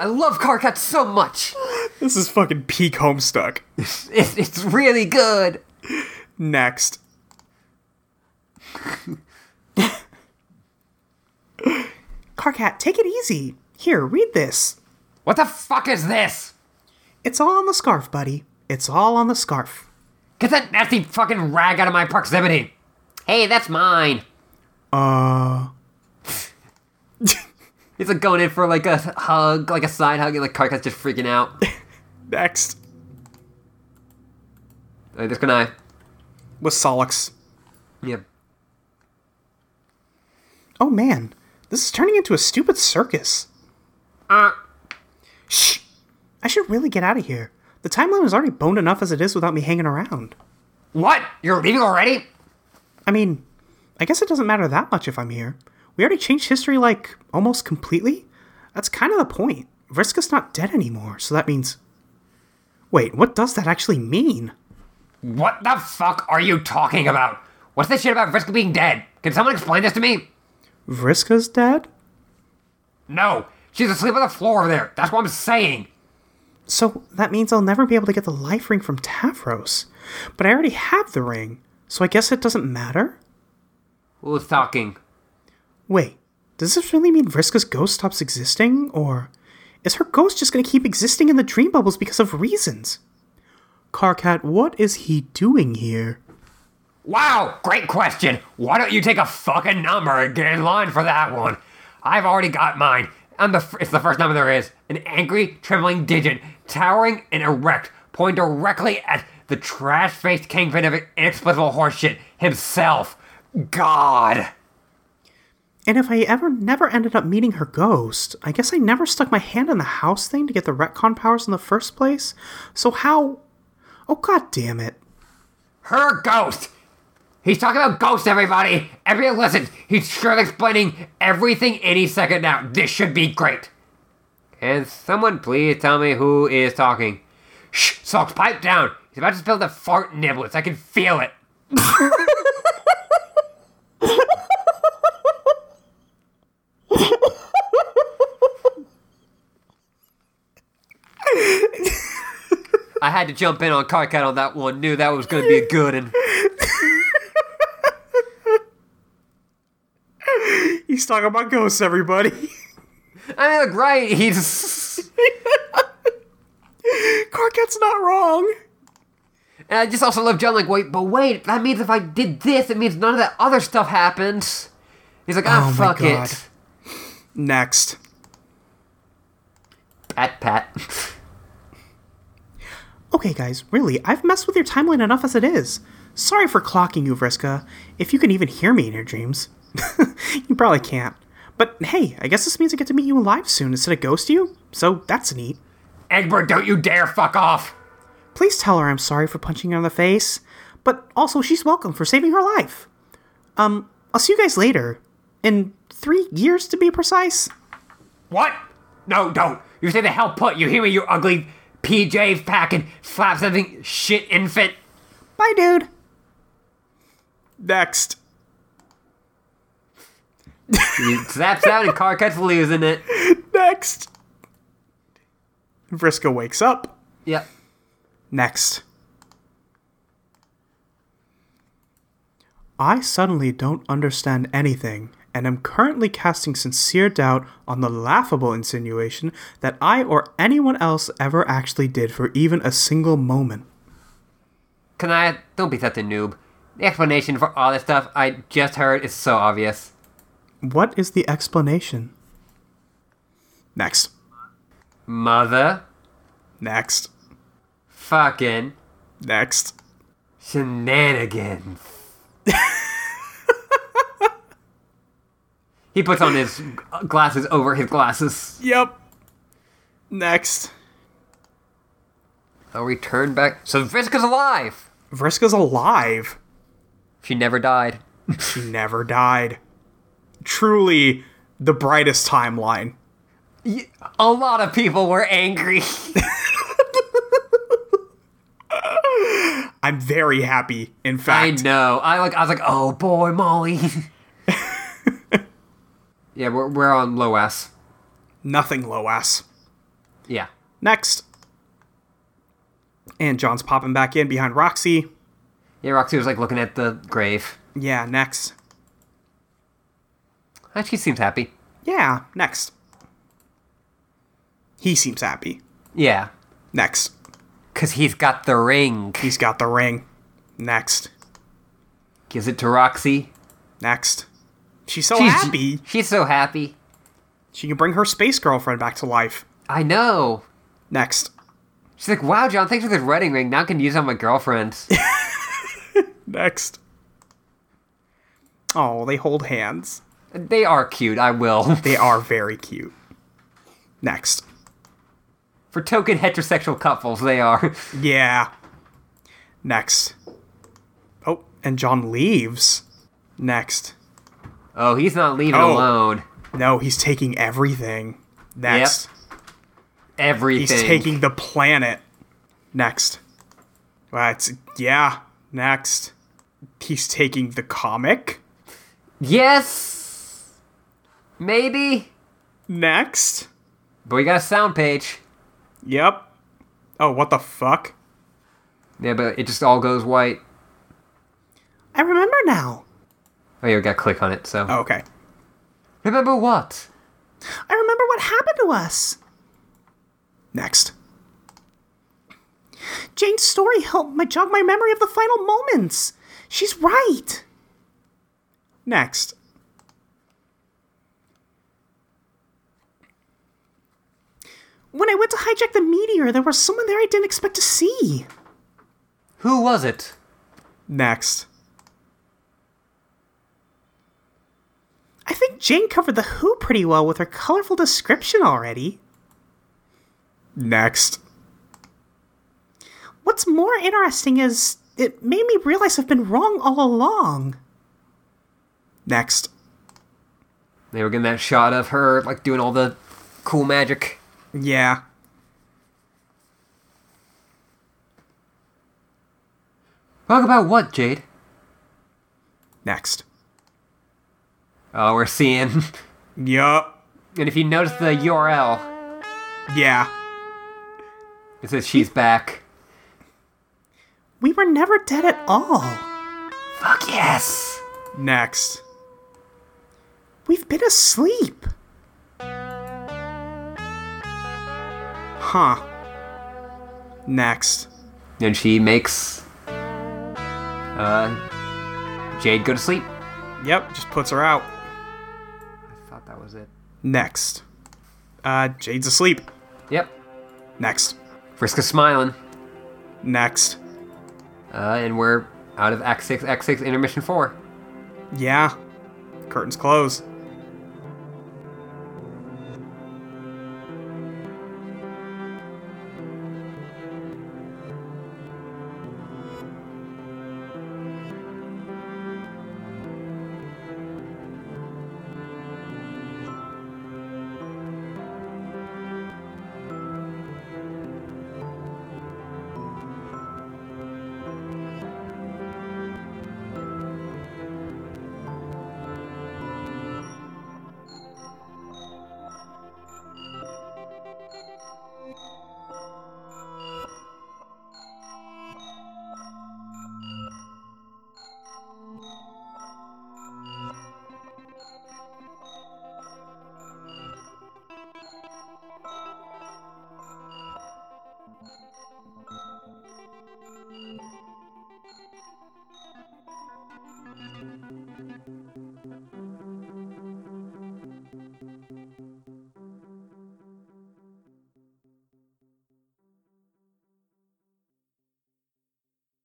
A: I love car cuts so much.
B: This is fucking peak Homestuck.
A: It's, it's really good.
B: Next. Carcat, take it easy. Here, read this.
A: What the fuck is this?
B: It's all on the scarf, buddy. It's all on the scarf.
A: Get that nasty fucking rag out of my proximity. Hey, that's mine.
B: Uh.
A: He's like going in for like a hug, like a side hug, and like Karkat's just freaking out.
B: Next
A: like, this gonna,
B: was Solix.
A: yeah.
B: Oh man, this is turning into a stupid circus.
A: Uh,
B: Shh! I should really get out of here. The time limit is already boned enough as it is without me hanging around.
A: what? You're leaving already?
B: I mean, I guess it doesn't matter that much if I'm here. We already changed history, like, almost completely. That's kind of the point. Vriska's not dead anymore, so that means. Wait, what does that actually mean?
A: What the fuck are you talking about? What's this shit about Frisk being dead? Can someone explain this to me?
B: Vriska's dead?
A: No, she's asleep on the floor over there. That's what I'm saying.
B: So that means I'll never be able to get the life ring from Tavros. But I already have the ring, so I guess it doesn't matter?
A: Who's talking?
B: Wait, Does this really mean Vriska's ghost stops existing, or is her ghost just going to keep existing in the dream bubbles because of reasons? Carcat, what is he doing here?
A: Wow, great question. Why don't you take a fucking number and get in line for that one? I've already got mine. I'm the f- it's the first number there is. An angry, trembling digit, towering and erect, pointing directly at the trash-faced kingpin of inexplicable horseshit himself. God.
B: And if I ever never ended up meeting her ghost, I guess I never stuck my hand in the house thing to get the retcon powers in the first place. So how? Oh god damn it!
A: Her ghost. He's talking about ghosts, everybody. Everyone listen. He's sure explaining everything any second now. This should be great. Can someone please tell me who is talking? Shh, Socks, pipe down. He's about to spill the fart niblets. I can feel it. I had to jump in on Carcat on that one. Knew that was going to be a good one.
B: He's talking about ghosts, everybody.
A: I mean, look, right? He's.
B: Carcat's not wrong.
A: And I just also love John. Like, wait, but wait. That means if I did this, it means none of that other stuff happened. He's like, ah,
B: Oh my
A: fuck
B: God.
A: it.
B: Next.
A: Pat, pat.
B: Okay, guys, really, I've messed with your timeline enough as it is. Sorry for clocking you, Vriska, if you can even hear me in your dreams. you probably can't. But hey, I guess this means I get to meet you live soon instead of ghost you, so that's neat.
A: Egbert, don't you dare fuck off.
B: Please tell her I'm sorry for punching her in the face, but also she's welcome for saving her life. Um, I'll see you guys later. In three years, to be precise.
A: What? No, don't. You say the hell put. You hear me, you ugly PJ packing flap something shit infant.
B: Bye, dude. Next.
A: He zaps out and Carcat's losing it.
B: Next. Vriska wakes up.
A: Yep.
B: Next. I suddenly don't understand anything and am currently casting sincere doubt on the laughable insinuation that I or anyone else ever actually did for even a single moment.
A: Can I? Don't be such a noob. The explanation for all this stuff I just heard is so obvious.
B: What is the explanation? Next.
A: Mother
B: Next.
A: fucking
B: Next.
A: shenanigans. he puts on his glasses over his glasses.
B: Yep. Next.
A: I'll return back. So Vriska's alive.
B: Vriska's alive.
A: She never died.
B: She never died. Truly the brightest timeline.
A: A lot of people were angry.
B: I'm very happy, in
A: I
B: fact.
A: know. I like. I was like, oh boy, Molly. yeah, we're we're on low S.
B: Nothing low ass.
A: Yeah.
B: Next. And John's popping back in behind Roxy.
A: Yeah, Roxy was like looking at the grave.
B: Yeah, next.
A: Uh, She seems happy.
B: Yeah, next. He seems happy.
A: Yeah,
B: Next.
A: cause he's got the ring.
B: He's got the ring. Next.
A: Gives it to Roxy.
B: Next. She's so
A: She's
B: happy.
A: She's so happy.
B: She can bring her space girlfriend back to life.
A: I know.
B: Next.
A: She's like, wow, John, thanks for this wedding ring. Now I can use it on my girlfriend.
B: Next. Oh, they hold hands.
A: they are cute. I will.
B: They are very cute. Next.
A: for token heterosexual couples, they are.
B: Yeah. Next. Oh, and John leaves. Next.
A: Oh, he's not leaving
B: Oh.
A: alone.
B: No, he's taking everything. Next. He's
A: Everything.
B: taking the planet. Next. Well, it's yeah. Next. He's taking the comic.
A: Yes. Maybe.
B: Next.
A: But we got a sound page.
B: Yep. Oh, what the fuck?
A: Yeah, but it just all goes white.
B: I remember now.
A: Oh yeah, we gotta click on it, so.
B: Okay.
A: Remember what?
B: I remember what happened to us. Next. Jane's story helped my jog my memory of the final moments. She's right. Next. When I went to hijack the meteor, there was someone there I didn't expect to see.
A: Who was it?
B: Next. I think Jane covered the who pretty well with her colorful description already. Next. What's more interesting is it made me realize I've been wrong all along. Next.
A: They were getting that shot of her, like doing all the cool magic.
B: Yeah.
A: Wrong about what, Jade?
B: Next.
A: Oh, we're seeing.
B: Yup.
A: And if you notice the URL,
B: Yeah.
A: it says she's back.
B: We were never dead at all.
A: Fuck yes!
B: Next. We've been asleep. Huh. Next.
A: And she makes. Uh. Jade go to sleep.
B: Yep, just puts her out.
A: I thought that was it.
B: Next. Uh, Jade's asleep.
A: Yep.
B: Next.
A: Friska's smiling.
B: Next.
A: Uh, and we're out of Act 6, Act 6, Intermission 4.
B: Yeah. Curtains close.